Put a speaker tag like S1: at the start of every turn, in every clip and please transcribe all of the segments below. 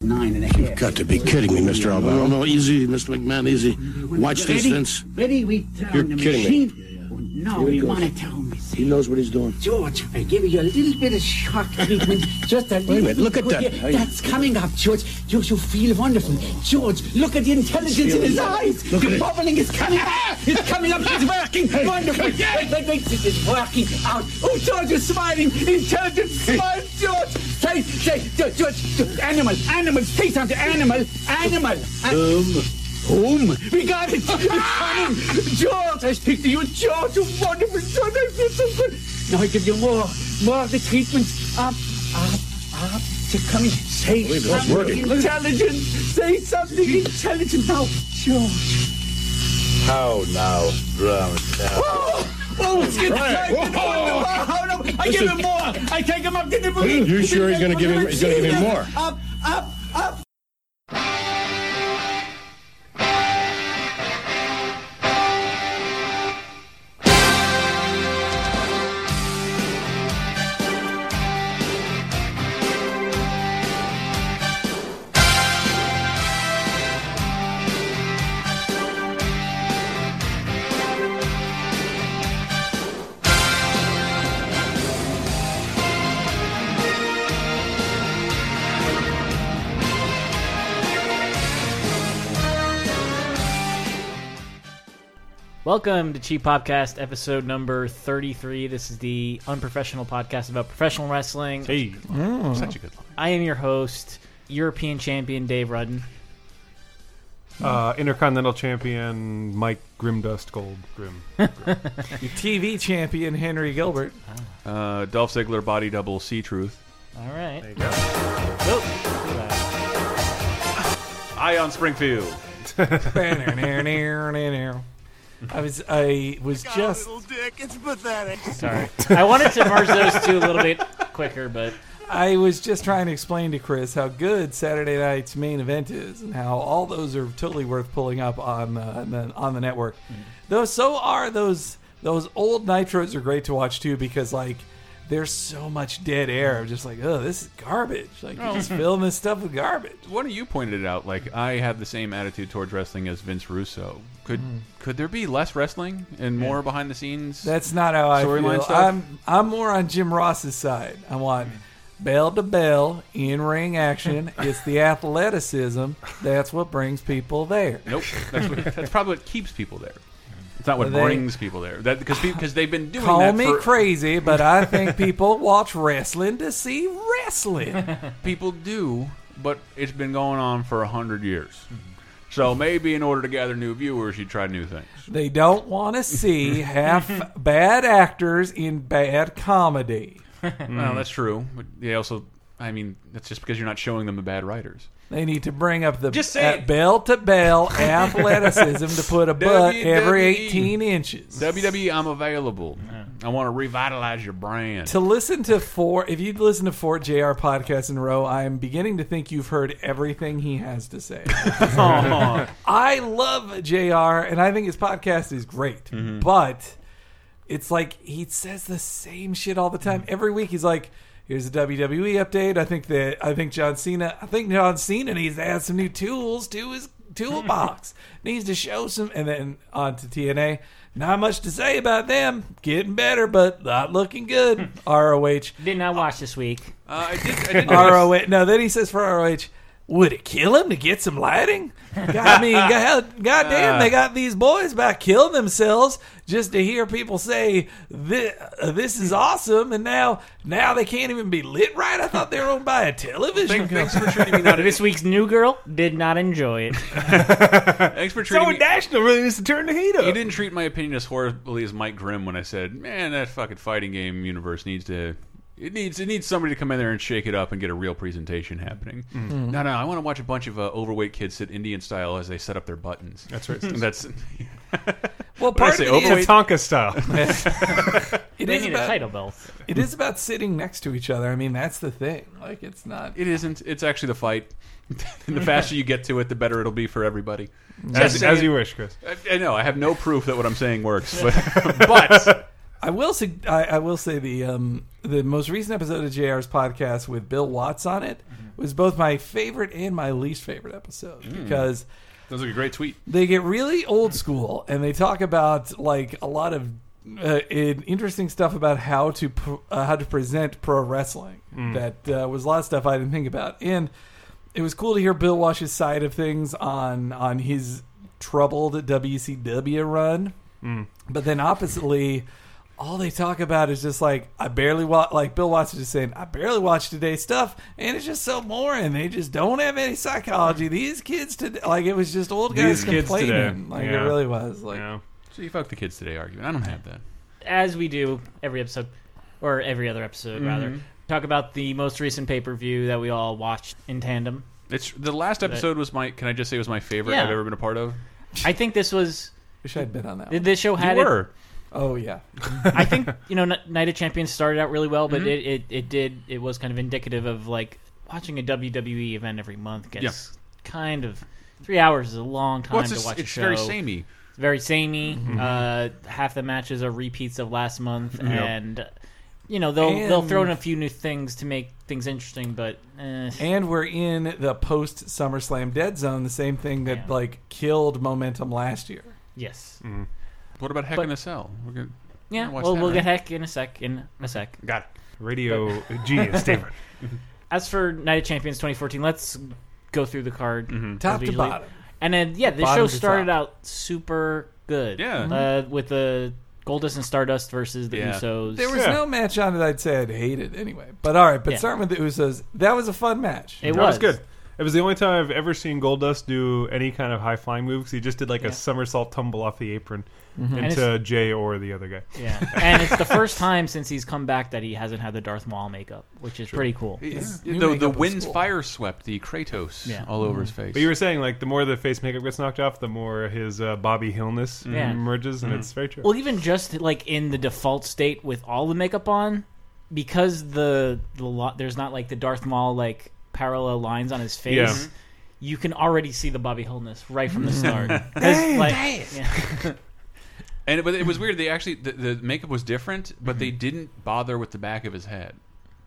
S1: nine and a half.
S2: Got to be kidding me, Mr.
S3: No,
S2: Albano.
S3: no, easy, Mr. McMahon, easy. Watch this,
S1: Ready?
S3: Vince.
S1: Ready? We turn
S2: You're
S1: the
S2: kidding me.
S1: machine. No, you want to tell me.
S3: He knows what he's doing.
S1: George, I give you a little bit of shock treatment. Just a little
S2: minute, look at
S1: bit.
S2: that. Hey.
S1: That's coming up, George. George, you feel wonderful. George, look at the intelligence in his eyes.
S2: Look
S1: the
S2: at it.
S1: bubbling is coming up. It's coming up. It's working. wonderful. Wait, wait, wait. It is working out. Oh, George is smiling. Intelligent smile, George. Say, say, George, George, George. Animal, animal. Say something. Animal, animal. An-
S3: Whom?
S1: we got it. It's coming. George, I speak to you. George, you wonderful George. I feel so good. Now I give you more, more of the treatments. Up, up, up. To come in. Say
S2: Wait, that's
S1: something
S2: working.
S1: intelligent. Say something intelligent now, George.
S4: How now, brown cow?
S1: Oh, oh it's getting
S2: Right.
S1: tight. It's
S2: Whoa.
S1: wonderful. How now? I give him more. I take him up to the moon.
S2: You sure he's gonna give him- he's gonna give him more?
S1: Up, up, up.
S5: Welcome to Cheap Podcast, episode number 33. This is the unprofessional podcast about professional wrestling.
S6: Hey, such a good line.
S5: I am your host, European champion Dave Rudden.
S7: Uh, Intercontinental Champion Mike Grimdust Gold Grim.
S6: TV champion Henry Gilbert. Uh, Dolph Ziggler body double C Truth.
S5: All right.
S7: you go.
S5: Oh,
S6: Eye on Springfield.
S8: I was I was just
S5: sorry. I wanted to merge those two a little bit quicker, but
S8: I was just trying to explain to Chris how good Saturday night's main event is and how all those are totally worth pulling up on uh, on the, on the network. Though so are those those old nitros are great to watch too because like there's so much dead air. I'm just like, oh, this is garbage. Like you're just filling this stuff with garbage.
S6: One of you pointed it out. Like I have the same attitude towards wrestling as Vince Russo. Could
S8: Hmm.
S6: could there be less wrestling and more behind the scenes?
S8: That's not how I
S6: Storyline
S8: feel.
S6: stuff?
S8: I'm I'm more on Jim Ross's side. I want bell to bell in ring action. it's the athleticism that's what brings people there.
S6: nope. That's, what, that's probably what keeps people there. It's not what
S8: They-
S6: brings people there. That because because they've been doing
S8: Call
S6: that
S8: me
S6: for
S8: crazy, but I think people watch wrestling to see wrestling.
S6: people do, but it's been going on for a hundred years.
S8: Hmm.
S6: So maybe in order to gather new viewers, you try new things.
S8: They don't want to see half bad actors in bad comedy. Hmm.
S6: Well, that's true. But they also, I mean, that's just because you're not showing them the bad writers.
S8: They need to bring up the uh,
S6: Just saying.
S8: bell to bell athleticism to put a butt every
S6: WWE.
S8: 18 inches.
S6: WWE, E, I'm available. I want to revitalize your brand.
S8: To listen to four, if you'd listen to four JR podcasts in a row, I'm beginning to think you've heard everything he has to say.
S6: Aw.
S8: I love JR, and I think his podcast is great, but it's like he says the same shit all the time. Every week he's like, "Here's a WWE update. I think that I think John Cena. I think John Cena needs to add some new tools to his toolbox. needs to show some." And then on to TNA. Not much to say about them. Getting better, but not looking good. ROH.
S5: did not watch this week.
S6: Uh, I did, I did notice-
S8: ROH. No, then he says for ROH, would it kill him to get some lighting? God, I mean, god, goddamn, they got these boys about killing themselves just to hear people say this, this is awesome, and now now they can't even be lit right. I thought they were owned by a television company.
S6: thanks for treating me not
S5: This week's new girl did not enjoy it.
S6: Thanks for treating me.
S7: National really needs to turn the heat up.
S6: You didn't treat my opinion as horribly as Mike Grimm when I said, "Man, that fucking fighting game universe needs to." It needs it needs somebody to come in there and shake it up and get a real presentation happening. No, no, I want to watch a bunch of uh, overweight kids sit Indian style as they set up their buttons. That's right. That's
S8: Well,
S6: What
S8: part
S6: did I say,
S8: of it is-
S6: overweight?
S7: Tonka style.
S8: it
S5: They
S8: is
S5: need a
S8: about-
S5: title belt.
S8: it is about sitting next to each other. I mean, that's the thing. Like, it's not.
S6: It isn't. It's actually the fight. and the faster you get to it, the better it'll be for everybody.
S7: as,
S6: saying.
S7: as you wish, Chris.
S6: I, I know. I have no proof that what I'm saying works, but, but
S8: I will sug- I, I will say the um, the most recent episode of JR's podcast with Bill Watts on it was both my favorite and my least favorite episode because
S6: That was like a great tweet.
S8: they get really old school and they talk about like a lot of uh, in- interesting stuff about how to pr- uh, how to present pro wrestling that uh, was a lot of stuff I didn't think about and it was cool to hear Bill Wash's side of things on on his troubled WCW run but then oppositely, all they talk about is just like I barely watch. Like Bill Watts is just saying, I barely watch today's stuff, and it's just so boring. They just don't have any psychology. These kids today, like it was just old
S7: These
S8: guys
S7: kids today.
S8: complaining. Like
S7: Yeah.
S8: it really was. Like
S7: Yeah.
S6: So you fuck the kids today argument. I don't have that.
S5: as we do every episode, or every other episode
S6: Mm-hmm.
S5: rather, talk about the most recent pay per view that we all watched in tandem.
S6: It's the last episode was my. Can I just say it was my favorite
S5: Yeah.
S6: I've ever been a part of?
S5: I think this was
S8: wish I'd been on that. One.
S5: this show had
S6: you
S5: it-
S6: were.
S8: Oh yeah,
S5: I think you know N- Night of Champions started out really well, but
S6: Mm-hmm.
S5: it, it it did it was kind of indicative of like watching a WWE event every month gets kind of three hours is a long time
S6: Well, it's,
S5: to
S6: just-
S5: watch a
S6: it's
S5: show.
S6: very samey. Mm-hmm.
S5: It's very samey. Uh, half the matches are repeats of last month, and you know they'll they'll
S8: And-
S5: throw in a few new things to make things interesting, but eh,
S8: and we're in the post SummerSlam dead zone. The same thing that
S5: Yeah.
S8: like killed momentum last year.
S5: yes,
S6: What about Heck
S5: But-
S6: in a Cell? We're gonna,
S5: yeah.
S6: Mm-hmm. watch
S5: Well,
S6: that,
S5: we'll
S6: right?
S5: get heck in a sec. In a sec.
S6: got it.
S7: Radio genius, David.
S5: As for Night of Champions 2014, let's go through the card
S6: Mm-hmm.
S5: as
S8: Top to
S5: we usually-
S8: bottom.
S5: And then yeah, the
S8: Bottom
S5: show
S8: to
S5: started
S8: top.
S5: out super good.
S6: Yeah.
S5: uh, with the Goldust and Stardust versus the
S6: Yeah.
S5: Usos.
S8: There was
S7: Yeah.
S8: no match on it I'd say I'd hated anyway. But all right, but
S5: Yeah.
S8: starting with the Usos, that was a fun match.
S5: it
S7: That was good. It was the only time I've ever seen Goldust do any kind of high flying move 'cause he just did like
S5: Yeah.
S7: a somersault tumble off the apron
S6: Mm-hmm.
S5: And
S7: into Jay or the other guy.
S5: Yeah, and it's the first time since he's come back that he hasn't had the Darth Maul makeup, which is pretty cool.
S8: New
S6: The, the
S8: makeup was
S6: winds
S8: cool.
S6: fire swept the Kratos
S5: Yeah.
S6: all over his face.
S7: But you were saying like the more the face makeup gets knocked off, the more his uh, Bobby Hillness
S8: Mm-hmm.
S5: Yeah.
S7: emerges, and it's very true.
S5: Well, even just like in the default state with all the makeup on, because the the lo- there's not like the Darth Maul like parallel lines on his face.
S7: Yeah.
S5: You can already see the Bobby Hillness right from the start. 'Cause, like, yeah.
S6: and it, but it was weird. They actually the, the makeup was different, but they didn't bother with the back of his head.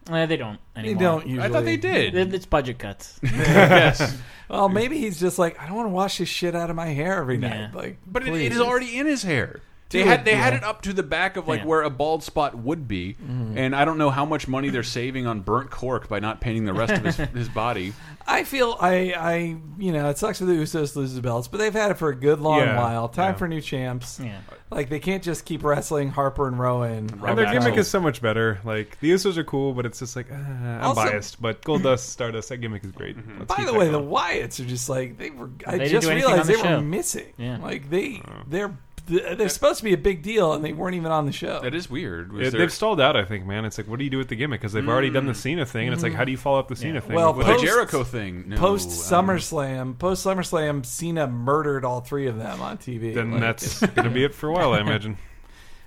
S5: Eh, they don't
S8: They
S5: anymore.
S8: don't usually.
S6: I thought they did.
S5: It- It's budget cuts.
S6: yes,
S8: Well, maybe he's just like, I don't want to wash this shit out of my hair every
S5: Yeah.
S8: night. Like,
S6: but it, it
S8: please.
S6: is already in his hair. They
S8: Dude,
S6: had they had
S8: yeah.
S6: it up to the back of like
S5: Yeah.
S6: where a bald spot would be, and I don't know how much money they're saving on burnt cork by not painting the rest of his, his body.
S8: I feel I, I, you know, it sucks for the Usos to lose the belts, but they've had it for a good long
S7: Yeah,
S8: while. Time
S7: yeah.
S8: for new champs.
S5: Yeah.
S8: Like they can't just keep wrestling Harper and Rowan.
S7: and their gimmick is so much better. Like the Usos are cool, but it's just like uh, I'm
S8: Also-
S7: biased. But Goldust, Stardust, that gimmick is great. Let's
S8: By
S7: keep
S8: the
S7: that
S8: way, the
S7: going.
S8: Wyatts are just like they were.
S5: They
S8: I
S5: didn't
S8: just
S5: do anything
S8: realized
S5: on the
S8: they were
S5: show.
S8: missing.
S5: Yeah.
S8: Like they, they're they're supposed to be a big deal, and they weren't even on the show.
S6: That is weird. Was
S7: It-
S6: there-
S7: they've stalled out. I think, man. It's like, what do you do with the gimmick? Because they've already done the Cena thing, and it's like, how do you follow up the Cena thing?
S8: Mm-hmm. Well,
S7: with
S6: the
S8: post-
S6: Jericho thing. No, um,
S8: Post
S6: I don't know.
S8: SummerSlam, post SummerSlam, Cena murdered all three of them on TV.
S7: then
S8: Like,
S7: that's gonna be it for a while, I imagine.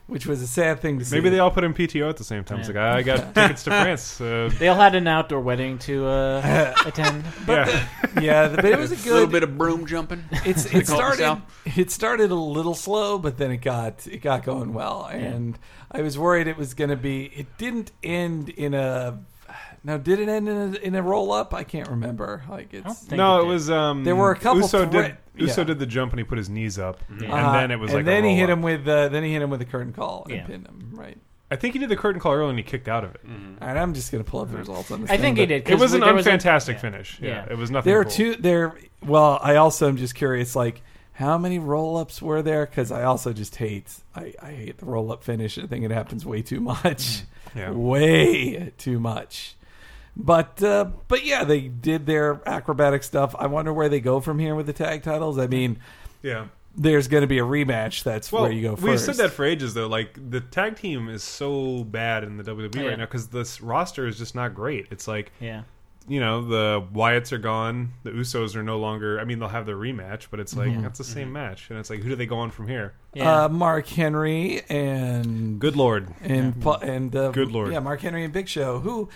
S8: which was a sad thing to see.
S7: Maybe they all put in PTO at the same time. It's like "Ah, I got tickets to France. Uh,
S5: They all had an outdoor wedding to uh, attend.
S7: yeah,
S8: yeah, but it was
S6: A
S8: a
S6: little
S8: good.
S6: bit of broom jumping.
S8: it's it
S6: call it the
S8: started it started a little slow, but then it got it got going well, and I was worried it was going to be. It didn't end in a. No, did it end in a, in a roll up? I can't remember. Like
S5: I don't
S8: it's.
S5: think
S7: no,
S5: they
S7: it
S5: did.
S7: was. Um,
S8: There were a couple
S7: Uso did.
S8: threat-
S7: Uso
S8: yeah.
S7: did the jump and he put his knees up, and
S8: Uh,
S7: then it was like. "Oh,
S8: and then
S7: a
S8: he hit
S7: roll-up.
S8: him with uh, then he hit him with a curtain call and
S5: Yeah.
S8: pinned him right.
S7: I think he did the curtain call early and he kicked out of it.
S6: Mm-hmm.
S8: All right, I'm just gonna pull up the results on this.
S5: I
S8: thing,
S5: think he
S8: but-
S5: did. 'cause
S7: It was an
S5: there a-
S7: unfantastic
S5: yeah.
S7: finish. Yeah,
S5: Yeah.
S7: it was nothing.
S8: There are
S7: cool.
S8: two. There. Well, I also am just curious. Like, how many roll ups were there? Because I also just hate. I, I hate the roll up finish. I think it happens way too much.
S7: Mm. Yeah.
S8: Way too much. But uh, but yeah, they did their acrobatic stuff. I wonder where they go from here with the tag titles. I mean,
S7: Yeah.
S8: there's going to be a rematch. That's
S7: Well,
S8: where you go first.
S7: we've said that for ages, though. Like the tag team is so bad in the WWE
S5: Yeah.
S7: right now because this roster is just not great. It's like
S5: Yeah.
S7: you know the Wyatts are gone, the Usos are no longer. I mean, they'll have their rematch, but it's like that's the same match, and it's like who do they go on from here?
S5: Yeah.
S8: uh, Mark Henry and
S7: Good lord,
S8: and Pla- and uh,
S7: Good lord.
S8: yeah, Mark Henry and Big Show. Who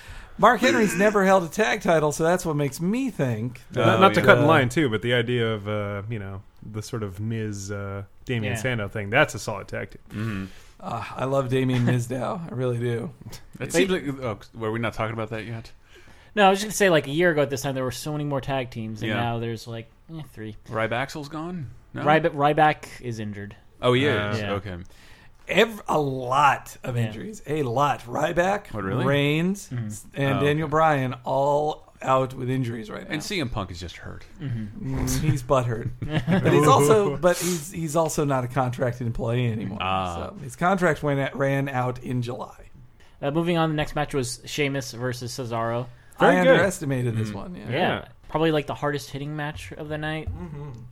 S8: Mark Henry's never held a tag title, so that's what makes me think.
S7: Uh,
S8: that- uh,
S7: not, not to
S6: yeah.
S7: cut in line too, but the idea of uh, you know the sort of Miz uh, Damian
S5: Yeah.
S7: Sandow thing—that's a solid tag team.
S8: Uh, I love Damien Mizdow. I really do.
S6: That seems like. Oh, were we not talking about that yet?
S5: No, I was just gonna say like a year ago at this time there were so many more tag teams, and
S6: Yeah.
S5: now there's like eh, three.
S6: Ryback's gone.
S8: Oh.
S6: No?
S5: Ryba Ryback is injured.
S6: Oh yeah.
S7: Uh,
S5: Yeah.
S6: Okay.
S8: Ev a lot of injuries. A lot. Ryback,
S6: What, really?
S8: Reigns,
S7: Mm-hmm. Oh,
S8: and Daniel Bryan all out with injuries right now.
S6: And CM Punk is just hurt.
S8: Mm, he's butthurt. but he's also but he's he's also not a contracted employee anymore.
S6: Ah.
S8: So his contract went at, ran out in July.
S5: Uh, moving on, the next match was Sheamus versus Cesaro.
S7: Very
S8: I
S7: good.
S8: underestimated
S7: Mm.
S8: this one. Yeah. Mm-hmm.
S5: Yeah. Probably like the hardest hitting match of the night.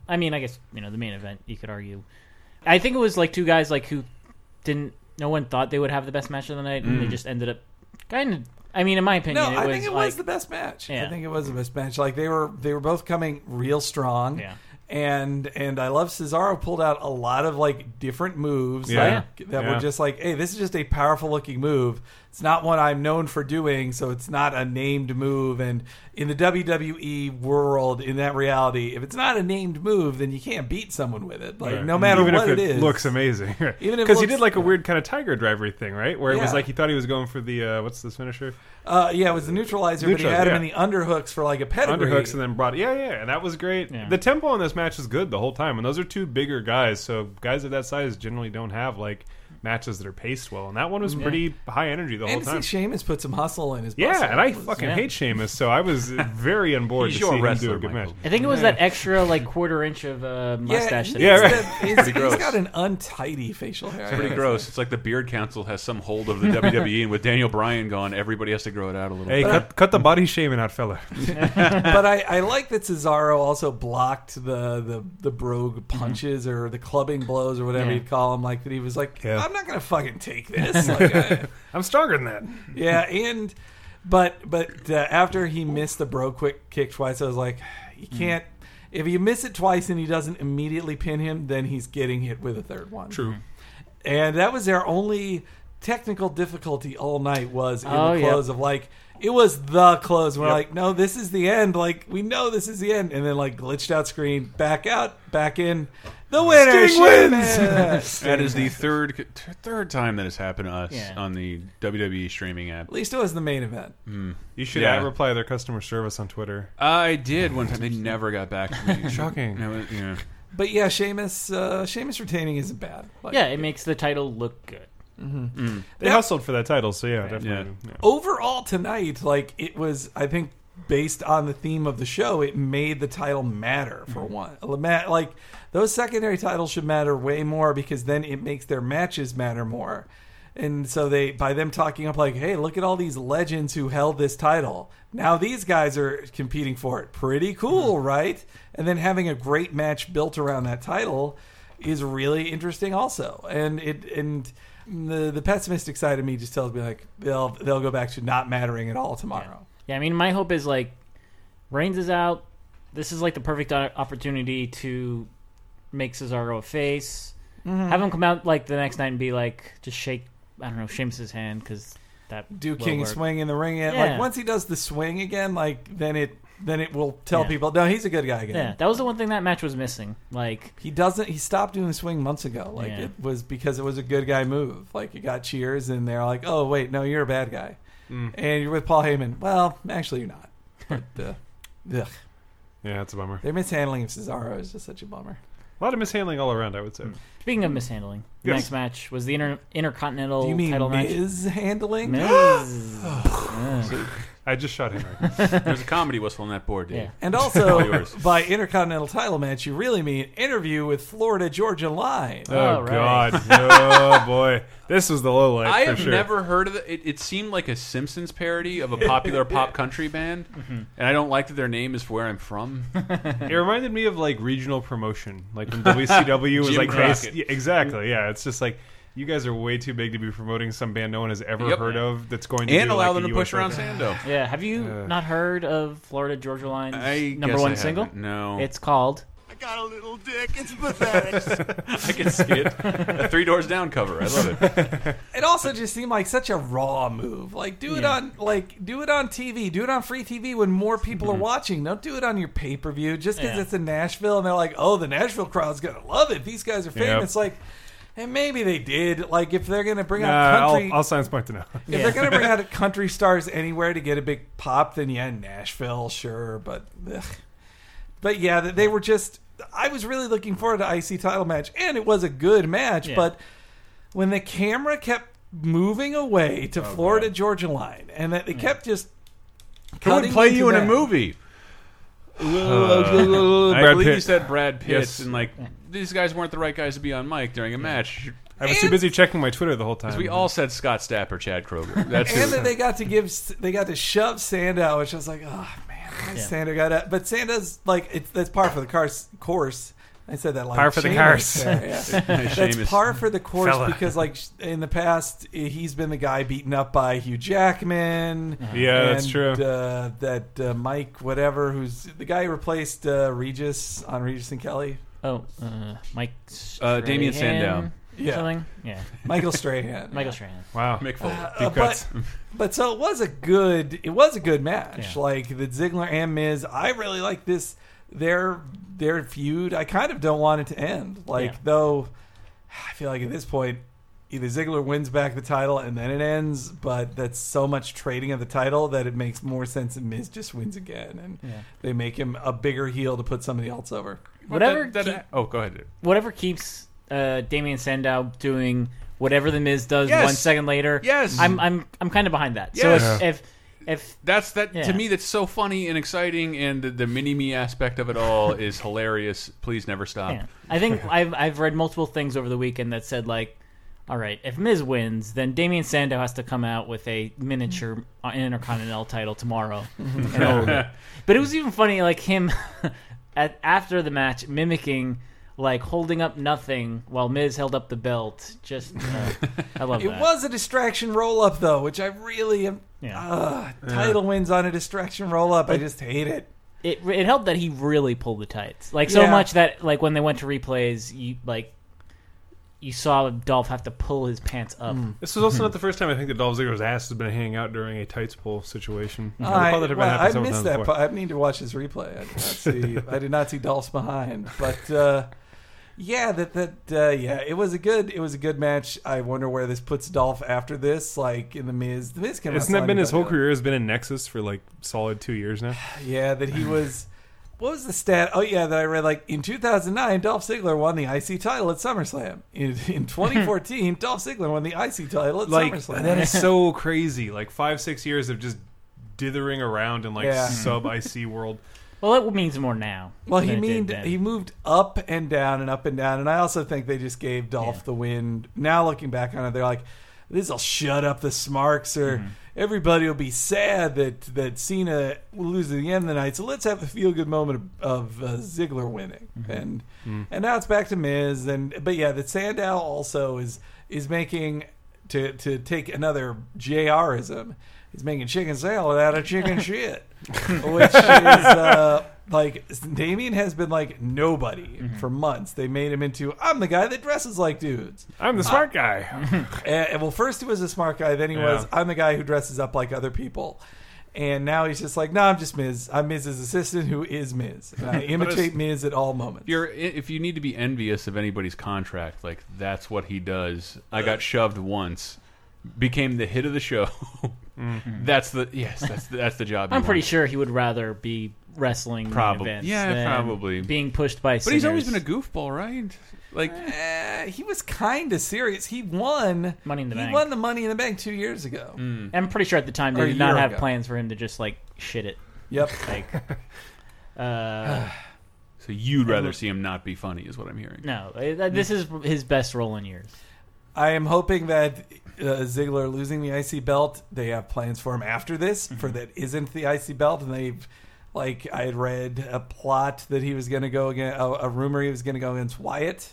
S5: I mean, I guess, you know, the main event, you could argue. I think it was like two guys like who didn't no one thought they would have the best match of the night and they just ended up kind of I mean, in my opinion,
S8: Mm. No,
S5: it
S8: I
S5: was
S8: think it
S5: like
S8: was the best match. I
S5: Yeah.
S8: think it was the best match. Like they were they were both coming real strong.
S5: Yeah.
S8: And and I love Cesaro pulled out a lot of like different moves
S7: Yeah.
S8: like, that
S7: Yeah.
S8: were just like, hey, this is just a powerful looking move. It's not one I'm known for doing, so it's not a named move. And in the WWE world, in that reality, if it's not a named move, then you can't beat someone with it. Like no matter
S7: Even
S8: what
S7: if it,
S8: is,
S7: looks amazing.
S8: Even if it
S7: because he
S8: looks-
S7: did like a weird kind of tiger driver thing, right? Where it was
S8: Yeah.
S7: like he thought he was going for the uh, what's this finisher
S8: Uh, yeah, it was the neutralizer, but he
S7: Neutralizer,
S8: had him
S7: yeah.
S8: in the underhooks for like a pedigree.
S7: underhooks and then brought yeah yeah and that was great.
S5: Yeah.
S7: The tempo in this match is good the whole time, and those are two bigger guys, so guys of that size generally don't have like matches that are paced well, and that one was pretty high energy the
S8: and
S7: whole time.
S8: to see Seamus put some hustle in his bustle
S7: yeah, and I
S8: was-
S7: fucking
S5: yeah.
S7: hate Sheamus, so I was very on board
S6: He's
S7: to
S6: your
S7: see him do
S6: wrestler,
S7: a good
S6: Michael.
S7: match.
S5: I think it was that extra like quarter inch of uh, mustache. that he
S7: yeah,
S5: was-
S7: right.
S8: he's-
S6: Pretty
S8: he's
S6: gross.
S8: got an untidy facial hair. I
S6: Pretty
S8: guess.
S6: gross. It's like the Beard Council has some hold of the WWE, and with Daniel Bryan gone, everybody has to grow it out a little.
S7: Hey,
S6: bit.
S7: cut, cut the body shaming out, fella.
S8: But I, I like that Cesaro also blocked the the, the brogue punches or the clubbing blows or whatever
S5: Yeah.
S8: you'd call them. Like that, he was like,
S7: Mm-hmm. Yeah.
S8: "I'm not gonna fucking take this." Like, I-
S7: I'm stronger than that.
S8: yeah, and but but uh, after he missed the bro quick kick twice, I was like, "You
S7: Hmm.
S8: can't." If you miss it twice and he doesn't immediately pin him, then he's getting hit with a third one. True. and that was their only technical difficulty all night was in
S5: Oh,
S8: the
S5: yep.
S8: close of like it was the close we're like no this is the end like we know this is the end and then like glitched out screen back out back in the winner
S7: Sting wins!
S8: Sheamus!
S6: That is the third t- third time that has happened to us
S5: Yeah.
S6: on the WWE streaming app.
S8: at least it was the main event
S7: You should
S6: Yeah.
S7: I reply their customer service on Twitter.
S6: I did one time. They never got back to me.
S7: Shocking.
S6: That was- yeah.
S8: but yeah Sheamus uh Sheamus retaining isn't bad like,
S5: yeah, it makes the title look good.
S7: They hustled for that title, so yeah, definitely. Yeah.
S8: overall tonight, like it was, I think, based on the theme of the show, it made the title matter for
S7: Mm-hmm.
S8: one. Ma- Like those secondary titles should matter way more because then it makes their matches matter more. And so they, by them talking up, like, hey, look at all these legends who held this title. Now these guys are competing for it. Pretty cool,
S7: Mm-hmm.
S8: right? And then having a great match built around that title is really interesting also and it and the the pessimistic side of me just tells me like they'll they'll go back to not mattering at all tomorrow
S5: Yeah, I mean, my hope is like Reigns is out. This is like the perfect o- opportunity to make Cesaro a face. Have him come out like the next night and be like, just shake, I don't know, Sheamus's hand because that
S8: do
S5: will
S8: king
S5: work.
S8: swing in the ring and
S5: Yeah.
S8: like once he does the swing again like then it then it will tell
S5: Yeah.
S8: people no he's a good guy again
S5: Yeah, that was the one thing that match was missing. Like,
S8: he doesn't he stopped doing the swing months ago like
S5: Yeah.
S8: it was because it was a good guy move like it got cheers and they're like oh wait no you're a bad guy and you're with paul heyman well actually you're not but uh, ugh.
S7: yeah, that's a bummer.
S8: their mishandling of cesaro is just such a bummer
S7: A lot of mishandling all around, I would
S6: Hmm.
S7: say.
S5: speaking of mishandling, the
S7: Yes.
S5: next match was the inter- intercontinental
S8: Do you mean
S5: title match.
S8: Miz handling?
S5: Miz.
S7: I just shot Henry.
S6: There's a comedy whistle on that board, Dave.
S5: Yeah.
S8: And
S6: All
S8: also,
S6: yours.
S8: by intercontinental title match, you really mean interview with Florida Georgia Line.
S7: oh,
S5: All right.
S7: God. Oh, boy. This was the low light.
S6: I
S7: for
S6: have
S7: sure.
S6: never heard of the, it. It seemed like a Simpsons parody of a popular pop country band, and I don't like that their name is where I'm from.
S7: It reminded me of like regional promotion, like when WCW was
S6: Jim
S7: like based-
S6: Crockett.
S7: yeah, exactly. Yeah, it's just like you guys are way too big to be promoting some band no one has ever
S6: Yep.
S7: heard of. That's going to
S6: and
S7: do,
S6: allow
S7: like,
S6: them
S7: a
S6: to
S7: US
S6: push around
S7: open.
S6: Sando.
S5: Yeah, have you not heard of Florida Georgia Line's
S6: I
S5: number
S6: guess I
S5: one single?
S6: haven't. No,
S5: It's called
S4: I got a little dick. It's pathetic.
S6: I can see it. A Three Doors Down cover. I love it.
S8: It also just seemed like such a raw move. Like do it
S5: Yeah.
S8: on like do it on TV, do it on free TV when more people are watching. Don't do it on your pay per view just because
S5: Mm-hmm. Yeah.
S8: it's in Nashville and they're like, oh, the Nashville crowd's gonna love it. These guys are famous. Like and maybe they did. Like if they're gonna bring
S7: Uh,
S8: out country,
S7: I'll, I'll science point to know.
S8: if they're gonna bring out country stars anywhere to get a big pop, then yeah, Nashville, sure. But, ugh. but yeah, th- they were just. I was really looking forward to icy title match, and it was a good match.
S5: Yeah.
S8: But when the camera kept moving away
S6: Oh,
S8: to Florida Georgia line, and that they kept just
S6: Who would
S8: cutting
S6: play
S8: to
S6: you in a
S8: that.
S6: movie? I
S7: Brad
S6: believe
S7: Pitt.
S6: you said Brad Pitt,
S7: Yes.
S6: and like these guys weren't the right guys to be on mic during a match.
S7: I was too
S8: And-
S7: busy checking my Twitter the whole time.
S6: We all said Scott Stapp or Chad Kroger. That's
S8: and then
S6: who.
S8: they got to give they got to shove Sandow, which I was like, oh man, why
S5: Yeah.
S8: Sandow got up. But Sandow's like it's that's par for the course. Course, I said that like
S7: Par for the course.
S8: Sheamus there, yeah.
S6: Sheamus.
S8: that's par for the course
S7: Fella.
S8: because like sh- in the past eh, he's been the guy beaten up by Hugh Jackman.
S7: Yeah, that's
S8: and,
S7: true.
S8: Uh, that uh, Mike whatever who's the guy who replaced uh, Regis on Regis and Kelly.
S5: Oh, uh, Mike.
S6: Uh, Damien Sandow.
S5: Strahan?
S8: Yeah.
S5: Something? Yeah.
S8: Michael Strahan.
S5: Michael Strahan.
S7: wow.
S6: Mick Foley.
S8: Uh,
S7: Deep cuts.
S8: But, but so it was a good it was a good match.
S5: Yeah.
S8: Like the Ziggler and Miz, I really like this their their feud. I kind of don't want it to end. Like
S5: Yeah.
S8: though I feel like at this point either Ziggler wins back the title and then it ends, but that's so much trading of the title that it makes more sense that Miz just wins again and they make him a bigger heel to put somebody else over.
S5: Whatever.
S6: That- that-
S5: keep-
S6: oh, go ahead.
S5: whatever keeps uh, Damian Sandow doing whatever the Miz does
S6: Yes.
S5: one second later.
S6: Yes.
S5: I'm I'm I'm kind of behind that.
S6: Yes.
S5: So if if, if
S6: That's that
S5: Yeah.
S6: to me. That's so funny and exciting, and the, the mini me aspect of it all is hilarious. Please never stop.
S5: yeah. I think I've I've read multiple things over the weekend that said like, all right, if Miz wins, then Damian Sandow has to come out with a miniature uh, Intercontinental title tomorrow. And own it. But it was even funny like him at after the match mimicking. Like holding up nothing while Miz held up the belt. Just, uh, I love
S8: It
S5: that.
S8: was a distraction roll up though, which I really am
S5: Yeah.
S8: Ugh, title wins on a distraction roll up. I just hate it.
S5: it it helped that he really pulled the tights like so
S8: Yeah.
S5: much that like when they went to replays you like you saw Dolph have to pull his pants up
S8: Mm.
S7: This was also not the first time I think that Dolph Ziggler's ass has been hanging out during a tights pull situation.
S8: I,
S7: recall that had been
S8: well,
S7: happening
S8: I
S7: several
S8: missed
S7: times
S8: that.
S7: before.
S8: Part. I need to watch this replay. I did not see. I did not see Dolph's behind, but uh, yeah, that that uh, yeah, it was a good. It was a good match. I wonder where this puts Dolph after this. Like in the Miz, the Miz can.
S7: Hasn't that been his whole career? Has been in Nexus for like solid two years now.
S8: Yeah, that he was. What was the stat? Oh yeah, that I read. Like in 2009, Dolph Ziggler won the IC title at SummerSlam. In, in 2014, Dolph Ziggler won the IC title at
S7: Like
S8: SummerSlam.
S7: that is so crazy. Like five six years of just dithering around in like
S8: Yeah.
S7: sub IC world.
S5: well it means more now
S8: Well,
S5: than
S8: he
S5: it did
S8: mean
S5: then.
S8: he moved up and down and up and down, and I also think they just gave Dolph the win. Now looking back on it, they're like, "This'll shut up the Smarks," or everybody will be sad that that Cena will lose at the end of the night. So let's have a feel good moment of, of uh, Ziggler winning, and and now it's back to Miz. And but yeah, that Sandow also is is making to to take another JRism. He's making chicken salad out of chicken shit, which is uh, like Damien has been like nobody
S5: Mm-hmm.
S8: for months. They made him into I'm the guy that dresses like dudes.
S7: I'm the smart guy.
S8: And, and, well, first he was a smart guy, then he was
S7: Yeah.
S8: I'm the guy who dresses up like other people. And now he's just like, no, I'm just Miz. I'm Miz's assistant who is Miz. And I imitate Miz at all moments.
S6: If you're if you need to be envious of anybody's contract, like that's what he does. I got shoved once, became the hit of the show. That's the yes. That's the, that's the job.
S5: Mm-hmm.
S6: you
S5: I'm pretty
S6: want.
S5: sure he would rather be wrestling main
S6: Probably.
S5: events
S6: Yeah,
S5: than
S6: probably.
S5: being pushed by
S6: But he's always been a goofball, right? Like
S8: Eh, he was kind of serious. He won
S5: Money in the
S8: he
S5: Bank. Mm.
S8: won the Money in the Bank two years ago.
S5: I'm pretty sure at the time
S8: Or
S5: they
S8: a
S5: did not
S8: year
S5: have
S8: ago.
S5: plans for him to just like shit it
S8: Yep.
S5: like uh
S6: so, you'd rather see him not be funny, is what I'm hearing.
S5: no uh, this is his best role in years
S8: I am hoping that uh, Ziggler losing the IC belt, they have plans for him after this for that isn't the IC belt, and they've like I had read a plot that he was going to go again, a, a rumor he was going to go against Wyatt,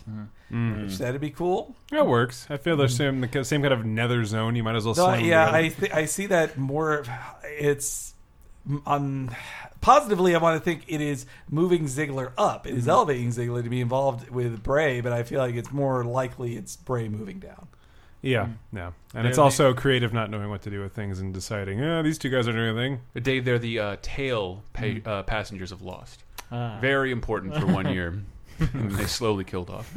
S8: which that'd be cool.
S7: that works. I feel the same the same kind of nether zone. You might as well.
S8: So,
S7: slam
S8: yeah,
S7: together.
S8: I th- I see that more. It's um, positively, I want to think it is moving Ziggler up. It is elevating Ziggler to be involved with Bray, but I feel like it's more likely it's Bray moving down.
S7: Yeah, yeah. And it's also creative not knowing what to do with things and deciding, yeah, these two guys aren't doing anything.
S6: Dave, they're the uh, tail pa- uh, passengers of Lost.
S5: Mm. Ah.
S6: Very important for one year. And they slowly killed off.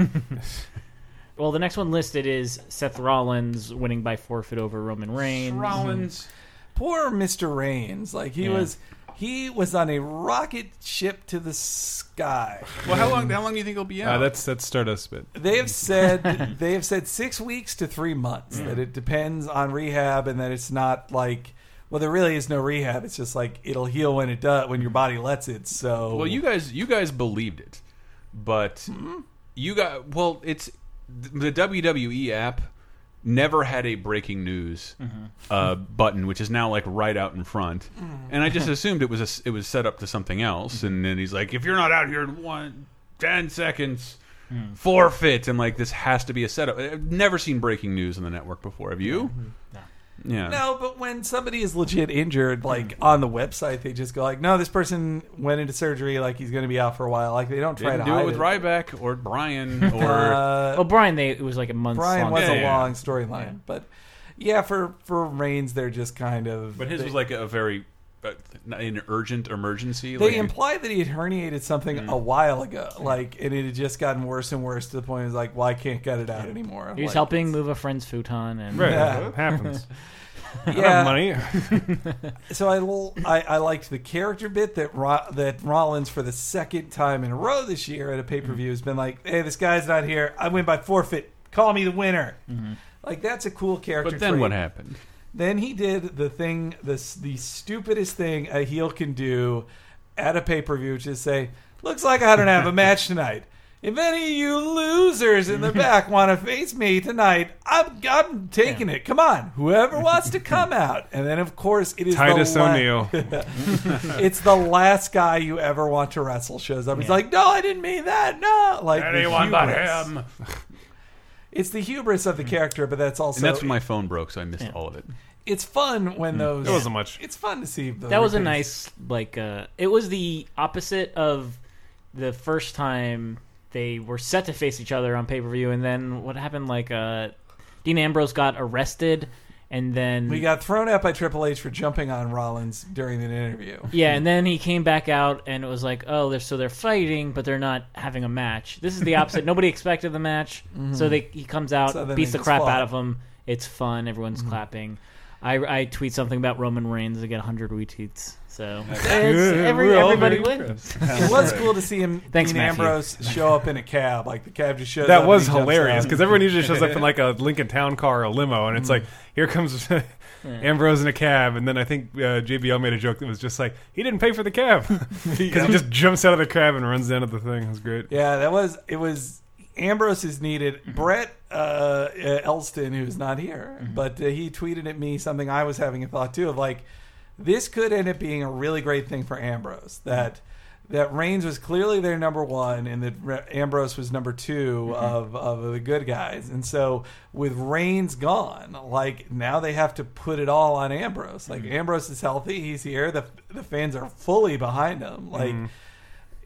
S5: Well, the next one listed is Seth Rollins winning by forfeit over Roman Reigns.
S6: Rollins.
S8: poor Mr. Reigns. Like he was, he was on a rocket ship to the sky.
S6: Well, how long? How long do you think he'll be out?
S8: Oh.
S7: Uh, that's that's Stardust bit.
S8: They have said they have said six weeks to three months that it depends on rehab and that it's not like well there really is no rehab. It's just like it'll heal when it does when your body lets it. So
S6: Well, you guys, you guys believed it, but
S7: Hmm?
S6: you got well. It's the WWE app never had a breaking news
S7: Mm-hmm.
S6: uh, button, which is now like right out in front.
S7: Mm.
S6: And I just assumed it was a, it was set up to something
S7: Mm-hmm.
S6: else. And then he's like, "If you're not out here in one ten seconds,
S7: Hmm.
S6: forfeit." And like this has to be a setup. I've never seen breaking news on the network before. Have you? Yeah.
S8: No, but when somebody is legit
S6: Hmm.
S8: injured, like on the website, they just go like, "No, this person went into surgery. Like he's going to be out for a while." Like they don't try
S6: Didn't do
S8: to hide Uh,
S6: it with Ryback or Brian or
S5: Well, Oh, Brian, they it was like a month.
S8: Brian was
S6: Yeah,
S8: a
S6: yeah.
S8: long storyline, but yeah, for for Reigns, they're just kind of.
S6: But his
S8: they,
S6: was like a very uh, an urgent emergency.
S8: they
S6: like, Mm.
S8: imply that he had herniated something a while ago, like, and it had just gotten worse and worse to the point. It was like, well, I can't get it out anymore. I'm
S5: He was
S8: like,
S5: helping move a friend's futon, and
S7: Right,
S8: Yeah.
S7: it happens.
S8: Yeah,
S7: Money.
S8: so I, l- I I liked the character bit that Ro- that Rollins for the second time in a row this year at a pay per
S6: Mm.
S8: view has been like, hey, this guy's not here. I win by forfeit. Call me the winner. Like that's a cool character.
S6: Mm-hmm. But then
S8: trait.
S6: what happened?
S8: Then he did the thing, the s- the stupidest thing a heel can do at a pay per view, which is say, "Looks like I don't have a match tonight. If any of you losers in the back want to face me tonight, I'm I'm taking it. Come on, whoever wants to come out." And then, of course, it is
S7: Titus
S8: the la-
S7: O'Neil.
S8: it's the last guy you ever want to wrestle shows up. He's like, "No, I didn't mean that. No, like the hubris. It's the hubris of the character, but that's also
S6: And that's when my phone broke, so I missed all of it.
S8: it's fun when those.
S7: It wasn't much.
S8: It's fun to see. the
S5: that was a
S8: repeats.
S5: nice like. Uh, it was the opposite of the first time they were set to face each other on pay per view, and then what happened? Like uh, Dean Ambrose got arrested, and then
S8: We got thrown out by Triple H for jumping on Rollins during an interview.
S5: Yeah, and then he came back out, and it was like, oh, they're so they're fighting, but they're not having a match. This is the opposite. Nobody expected the match, so they he comes out,
S8: Mm-hmm. So then
S5: beats
S8: they
S5: the
S8: just
S5: crap
S8: fought. Mm-hmm.
S5: out of him. It's fun. Everyone's clapping. I, I tweet something about Roman Reigns. I get 100 retweets. So it's, every,
S7: We're all
S5: everybody
S7: very
S5: wins.
S8: It was cool to see him,
S5: Thanks,
S8: Dean
S5: Matthew.
S8: Ambrose, show up in a cab. Like the cab just showed up.
S7: That
S8: and
S7: was
S8: he jumps
S7: hilarious
S8: out. Mm.
S7: because everyone usually shows up in like a Lincoln Town car or a limo, and it's like here comes Ambrose in a cab, and then I think uh, JBL made a joke that was just like he didn't pay for the cab because he just jumps out of the cab and runs down to the thing. It was great.
S8: Yeah, that was. It was. Ambrose is needed. Brett uh, uh, Elston, who's not here, but uh, he tweeted at me something I was having a thought too of like, this could end up being a really great thing for Ambrose that that Reigns was clearly their number one and that Re- Ambrose was number 2 of of the good guys, and so with Reigns gone, like now they have to put it all on Ambrose. Like Ambrose is healthy, he's here. The the fans are fully behind him. Like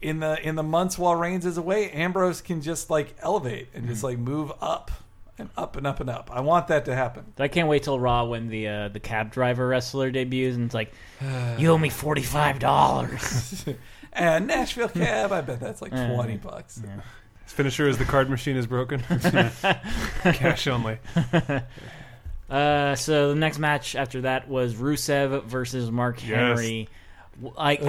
S8: in the in the months while Reigns is away, Ambrose can just like elevate and just like move up and up and up and up. I want that to happen.
S5: I can't wait till Raw when the uh, the cab driver wrestler debuts, and it's like, you owe me $45.
S8: And Nashville cab, I bet that's like twenty bucks.
S7: His finisher is the card machine is broken. Cash only.
S5: Uh, so the next match after that was Rusev versus Mark Henry. Like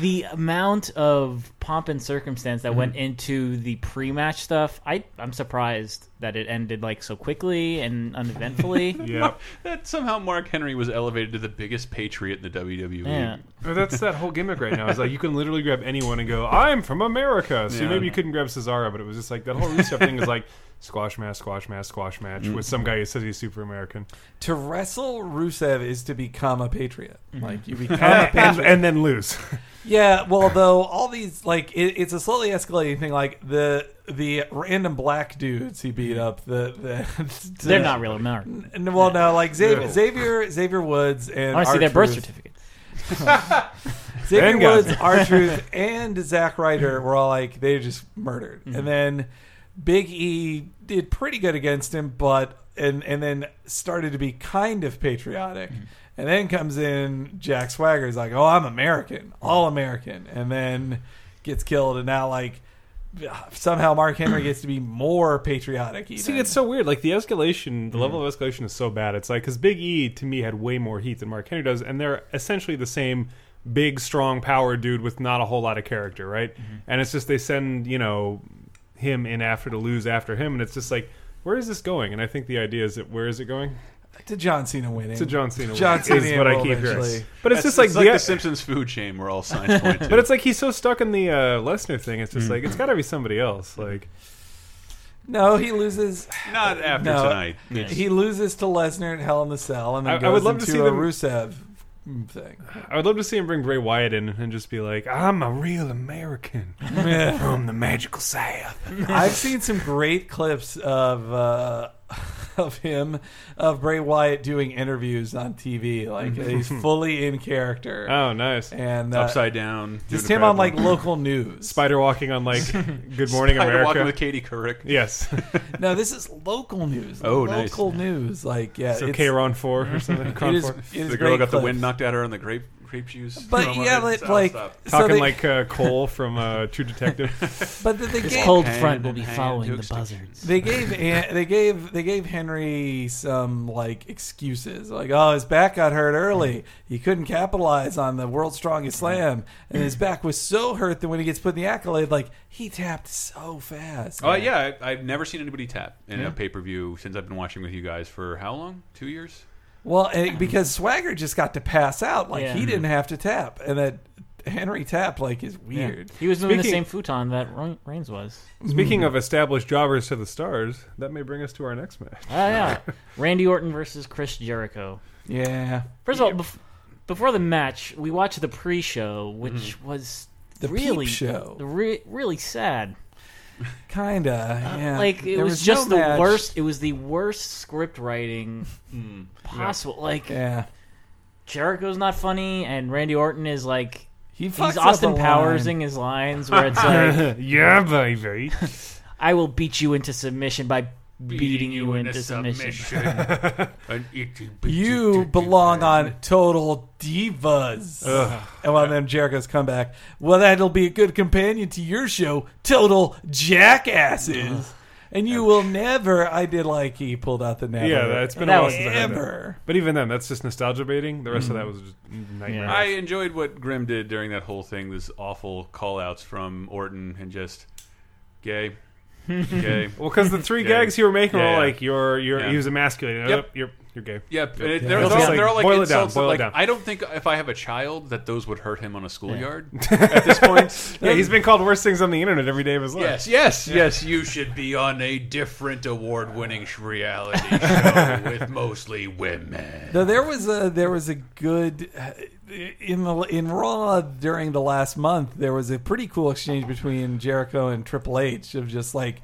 S5: the amount of pomp and circumstance that went into the pre-match stuff, I I'm surprised that it ended like so quickly and uneventfully.
S7: Yeah,
S6: That somehow Mark Henry was elevated to the biggest patriot in the E. WWE.
S5: yeah,
S7: but that's that whole gimmick right now. Is like you can literally grab anyone and go, "I'm from America." So
S6: Yeah.
S7: maybe you couldn't grab Cesaro, but it was just like that whole Rusev thing is like squash match, squash match, squash match
S8: Mm.
S7: with some guy who says he's super American.
S8: To wrestle Rusev is to become a patriot. Like you become a
S7: and,
S8: patriot.
S7: and- and then lose.
S8: Mm-hmm. Yeah, well, though all these like it, it's a slowly escalating thing. Like the the random black dudes he beat up. The, the
S5: they're not real American.
S8: N- Mm-hmm. Well, no, like Xavier,
S7: No.
S8: Xavier, Xavier Woods and
S5: Honestly, their birth
S8: R-Truth.
S5: certificates.
S8: Xavier
S7: Thank God.
S8: Woods, R Truth, and Zack Ryder were all like they just murdered.
S7: Mm-hmm.
S8: And then Big E did pretty good against him, but and and then started to be kind of patriotic.
S7: Mm-hmm.
S8: And then comes in Jack Swagger. He's like, "Oh, I'm American, all American," and then gets killed. And now like somehow Mark Henry gets to be more patriotic. Even.
S7: See, it's so weird. Like the escalation, the level of escalation is so bad. It's like because Big E to me had way more heat than Mark Henry does, and they're essentially the same big, strong, power dude with not a whole lot of character, right?
S6: Mm-hmm.
S7: And it's just they send you know him in after to lose after him, and it's just like where is this going? And I think the idea is that where is it going?
S8: to John Cena winning.
S7: To John Cena.
S8: John
S7: is
S8: Cena
S7: what I
S8: will
S7: keep hearing.
S8: eventually-
S7: But it's just like,
S6: it's like
S7: the- e-,
S6: the Simpsons food chain where all signs point to.
S7: but it's like he's so stuck in the uh, Lesnar thing. It's
S6: Mm.
S7: just like it's got to be somebody else. Like
S8: No, he loses.
S6: not after
S8: No.
S6: tonight. It's-
S8: He loses to Lesnar in Hell in the Cell, and then
S7: I- I
S8: goes
S7: would love to
S8: into
S7: see
S8: a
S7: them-
S8: Rusev thing.
S7: I would love to see him bring Bray Wyatt in and just be like, "I'm a real American from the magical South."
S8: I've seen some great clips of uh, of him of Bray Wyatt doing interviews on TV. Like he's fully in character,
S7: Mm-hmm. Oh, nice.
S8: and uh,
S6: upside down.
S8: just
S6: doing
S8: him
S6: a
S8: on
S6: crab
S8: like
S6: walk.
S8: local news.
S7: Spider walking on like Good Morning
S6: Spider
S7: America.
S6: walking with Katie Couric.
S7: yes.
S8: No, this is local news.
S6: Oh, nice.
S8: local news. Like yeah,
S7: So
S8: it's-
S7: K Ron four or something. Cron
S8: it is,
S7: 4.
S8: it is
S6: The girl
S8: great
S6: got the
S8: clips.
S6: wind knocked out of her on the grape grape juice.
S8: But
S6: promo.
S8: yeah,
S6: It's-
S8: but
S6: I'll
S8: like
S6: stop.
S8: so
S7: Talking
S8: they-
S7: like uh, Cole from uh, True Detective.
S8: but the, the game,
S5: Cold
S6: Hand
S5: front will
S6: in
S5: be
S6: hand
S5: following
S6: to
S5: the
S6: extinction.
S5: buzzards.
S8: They gave An- they gave they gave Henry some like excuses like oh his back got hurt early he couldn't capitalize on the world's strongest slam and his back was so hurt that when he gets put in the accolade like he tapped so fast
S6: Oh yeah, I, I've never seen anybody tap in a pay per view since I've been watching with you guys for how long? Two years.
S8: well and because Swagger just got to pass out like he
S5: Yeah.
S8: didn't have to tap and that Henry tapped like is weird
S5: He was doing the
S7: Speaking-
S5: same futon that Re- Reigns was.
S7: Speaking of established jobbers to the stars, that may bring us to our next match.
S5: Oh yeah, Randy Orton versus Chris Jericho.
S8: yeah
S5: First of all, bef- before the match, we watched the pre-show, which was
S8: The peep
S5: really
S8: show.
S5: re- really sad.
S8: kinda yeah
S5: Like it
S8: There
S5: was, just
S8: no
S5: the
S8: match.
S5: worst. It was the worst script writing possible. Like
S8: yeah
S5: Jericho's not funny, and Randy Orton is like
S8: he fucks
S5: he's
S8: up
S5: Austin
S8: a line.
S5: Powersing his lines, where it's like,
S7: yeah, baby.
S5: "I will beat you into submission by beating, you into, submission."
S8: You belong on Total Divas. And while then Jericho's comeback, well, that'll be a good companion to your show, Total Jackasses. And you will never. I did like he pulled out the never.
S7: Yeah, that's been
S5: That
S7: a while
S5: was
S7: since I heard that.
S8: ever.
S7: But even then, that's just nostalgia baiting. The rest of that was just nightmare.
S6: I enjoyed what Grimm did during that whole thing. This awful call outs from Orton and just gay, gay.
S7: Well, because the three
S6: Yeah.
S7: gags you were making
S6: Yeah,
S7: were
S6: yeah.
S7: like you're you're
S6: Yeah.
S7: he was emasculated.
S6: Yep.
S7: You're you're gay.
S6: Yep, and it, they're,
S7: Yeah.
S6: all, they're all like
S7: Boil it down,
S6: insults. that,
S7: boil it
S6: like
S7: down.
S6: I don't think if I have a child that those would hurt him on a schoolyard at this point.
S7: Yeah, he's been called worse things on the internet every day of his life.
S6: Yes, yes, yes. You should be on a different award-winning sh- reality show with mostly women.
S8: Now, there was a there was a good in the in Raw during the last month. There was a pretty cool exchange between Jericho and Triple H of just like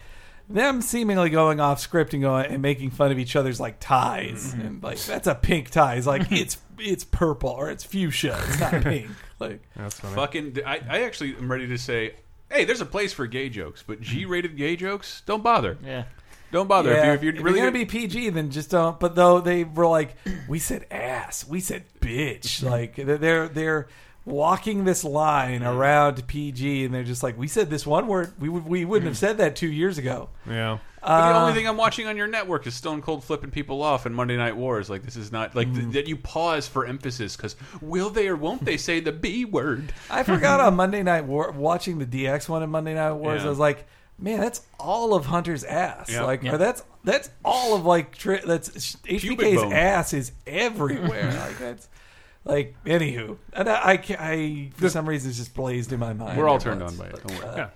S8: them seemingly going off script and going and making fun of each other's like ties and like that's a pink tie. It's like it's it's purple or it's fuchsia. It's not pink. Like
S7: That's funny.
S6: Fucking, I, I actually am ready to say, hey, there's a place for gay jokes, but G-rated gay jokes, don't bother.
S5: Yeah.
S6: Don't bother.
S8: yeah,
S6: If, you, if you're really
S8: gonna be PG, then just don't. But though they were like, we said ass, we said bitch. Like they're- they're they're walking this line around PG, and they're just like, we said this one word, we would we wouldn't have said that two years ago.
S7: Yeah.
S6: But the
S7: Uh,
S6: only thing I'm watching on your network is Stone Cold flipping people off and Monday Night Wars. Like this is not like
S7: Mm.
S6: th- that. You pause for emphasis because will they or won't they say the B word?
S8: I forgot on Monday Night War watching the DX one in Monday Night Wars.
S6: Yeah.
S8: I was like, man, that's all of Hunter's ass.
S6: Yeah.
S8: Like,
S5: Yeah.
S8: or that's that's all of like tri- that's
S6: Pubic
S8: HBK's
S6: bone.
S8: ass is everywhere. like that's. Like anywho, and I, I, ca- I for some reason it's just blazed in my mind.
S6: We're all
S8: at
S6: turned on
S8: once.
S6: by it. Don't worry.
S7: Yeah.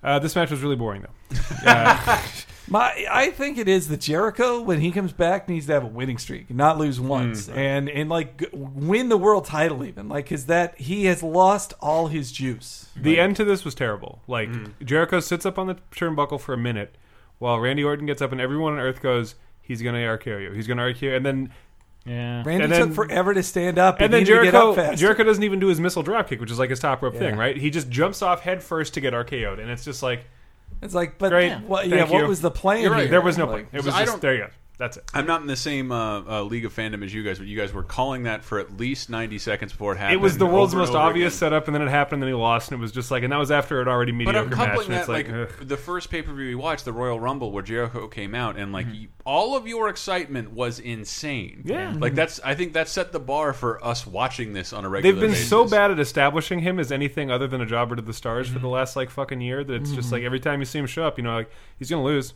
S7: Uh, this match was really boring though.
S8: My, I think it is that Jericho, when he comes back, needs to have a winning streak, not lose
S6: Mm,
S8: once, and and like g- win the world title even, like because that he has lost all his juice.
S7: The end to this was terrible. Like
S6: Mm.
S7: Jericho sits up on the turnbuckle for a minute, while Randy Orton gets up and everyone on Earth goes, "He's gonna RKO you. He's gonna RKO." you," And then
S5: Yeah.
S8: Randy
S7: And then-
S8: took forever to stand up,
S7: and then
S8: to get up
S7: Jericho
S8: fast.
S7: Jericho doesn't even do his missile dropkick, which is like his top rope thing, right? He just jumps off head first to get RKO'd, and it's just like
S8: it's like, but
S7: Great.
S8: what, yeah,
S7: Thank
S8: what
S7: you.
S8: was the plan?
S7: you're right.
S8: here?
S7: There was no
S8: Like,
S7: point. It
S6: So
S7: was
S6: I
S7: just
S6: don't-
S7: there you go. That's it.
S6: I'm not in the same uh, uh, league of fandom as you guys, but you guys were calling that for at least 90 seconds before it happened.
S7: It was the world's
S6: over
S7: most
S6: and over
S7: obvious
S6: again.
S7: setup, and then it happened, and then he lost, and it was just like, and that was after an already
S6: But
S7: mediocre
S6: I'm
S7: match.
S6: coupling
S7: And it's
S6: that
S7: like,
S6: like,
S7: ugh.
S6: the first pay per view we watched, the Royal Rumble, where Jericho came out, and like y- all of your excitement was insane.
S7: Mm-hmm. Yeah. Mm-hmm.
S6: like that's I think that set the bar for us watching this on a regular.
S7: they've been
S6: basis. Mm-hmm.
S7: so bad at establishing him as anything other than a jobber to the stars for the last like fucking year that it's just like every time you see him show up, you know, like he's gonna lose.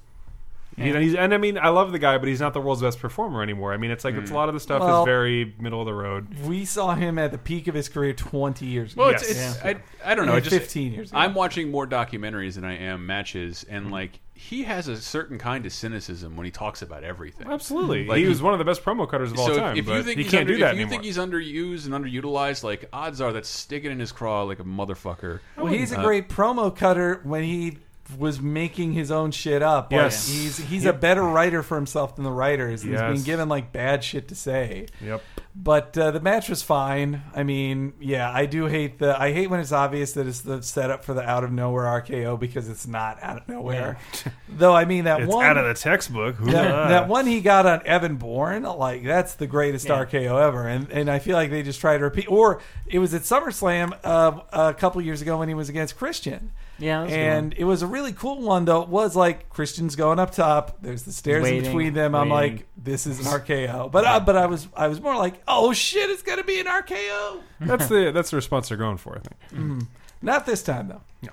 S7: He- and, he's, and I mean, I love the guy, but he's not the world's best performer anymore. I mean, it's like it's a
S6: Mm.
S7: lot of the stuff
S8: Well-
S7: is very middle of the road.
S8: We saw him at the peak of his career 20 years ago.
S6: Well, it's,
S7: Yes.
S6: it's I, I don't know.
S8: Yeah,
S6: it just,
S8: 15 years ago.
S6: I'm watching more documentaries than I am matches, and like he has a certain kind of cynicism when he talks about everything.
S7: Absolutely,
S6: Like,
S7: he was one of the best promo cutters of all
S6: So if-
S7: time.
S6: if,
S7: but
S6: you think
S7: he
S6: he's
S7: can't
S6: under,
S7: do that
S6: if you
S7: anymore.
S6: think he's underused and underutilized, like odds are that's sticking in his craw like a motherfucker.
S8: Well, he's a great promo cutter when he was making his own shit up. Like,
S7: Yes.
S8: he's he's a better writer for himself than the writers. He's
S7: Yes.
S8: been given like bad shit to say.
S7: yep.
S8: But uh, the match was fine. I mean, yeah, I do hate the. I hate when it's obvious that it's the setup for the out of nowhere RKO because it's not out of nowhere. Though I mean that
S7: It's
S8: one
S7: out of the textbook.
S8: that, that one he got on Evan Bourne, like that's the greatest RKO ever, and and I feel like they just tried to repeat. Or it was at SummerSlam uh, a couple years ago when he was against Christian.
S5: Yeah, that was a good
S8: and it was a really cool one though. It was like Christian's going up top. There's the stairs in
S5: Waiting,
S8: between them. I'm
S5: waiting.
S8: like, this is an RKO. But uh, but I was I was more like, oh shit, it's gonna be an RKO.
S7: that's the that's the response they're going for. I think.
S8: Not this time though.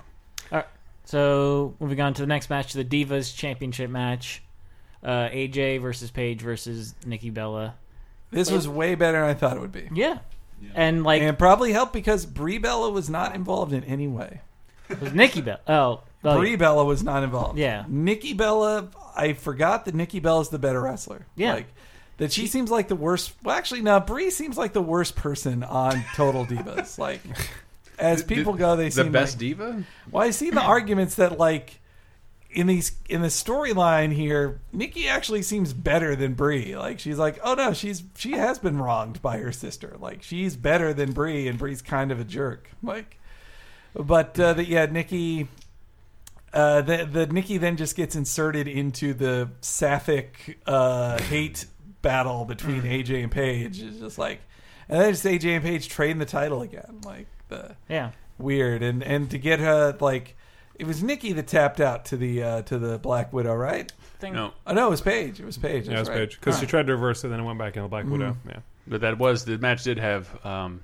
S5: All right. So moving on to the next match, the Divas Championship match, uh, AJ versus Paige versus Nikki Bella.
S8: This was way better than I thought it would be,
S5: Yeah. And like
S8: and probably helped because Brie Bella was not involved in any way.
S5: it was Nikki Bella. Oh, well,
S8: Brie Bella was not involved.
S5: Yeah.
S8: Nikki Bella, I forgot that Nikki Bella's the better wrestler.
S5: Yeah.
S8: Like, that she seems like the worst. Well, actually, no, Brie seems like the worst person on Total Divas. like, as people go, they
S6: the
S8: seem
S6: best
S8: like,
S6: diva.
S8: well, I see the arguments that like in these in the storyline here, Nikki actually seems better than Brie. Like she's like, oh no, she's she has been wronged by her sister. Like she's better than Brie, and Brie's kind of a jerk. Like, but uh, the, yeah, Nikki. Uh, the the Nikki then just gets inserted into the sapphic uh, hate battle between AJ and Paige. It's just like, and then just AJ and Paige trading the title again. Like the
S5: yeah.
S8: weird and and to get her like it was Nikki that tapped out to the uh, to the Black Widow, right?
S5: Thing.
S6: No,
S8: Oh no, it was Paige. It was Paige.
S7: Yeah, it's
S8: that's right.
S7: Paige because she tried to reverse it, then it went back in the Black Widow. Yeah.
S6: but that was the match. Did have. Um,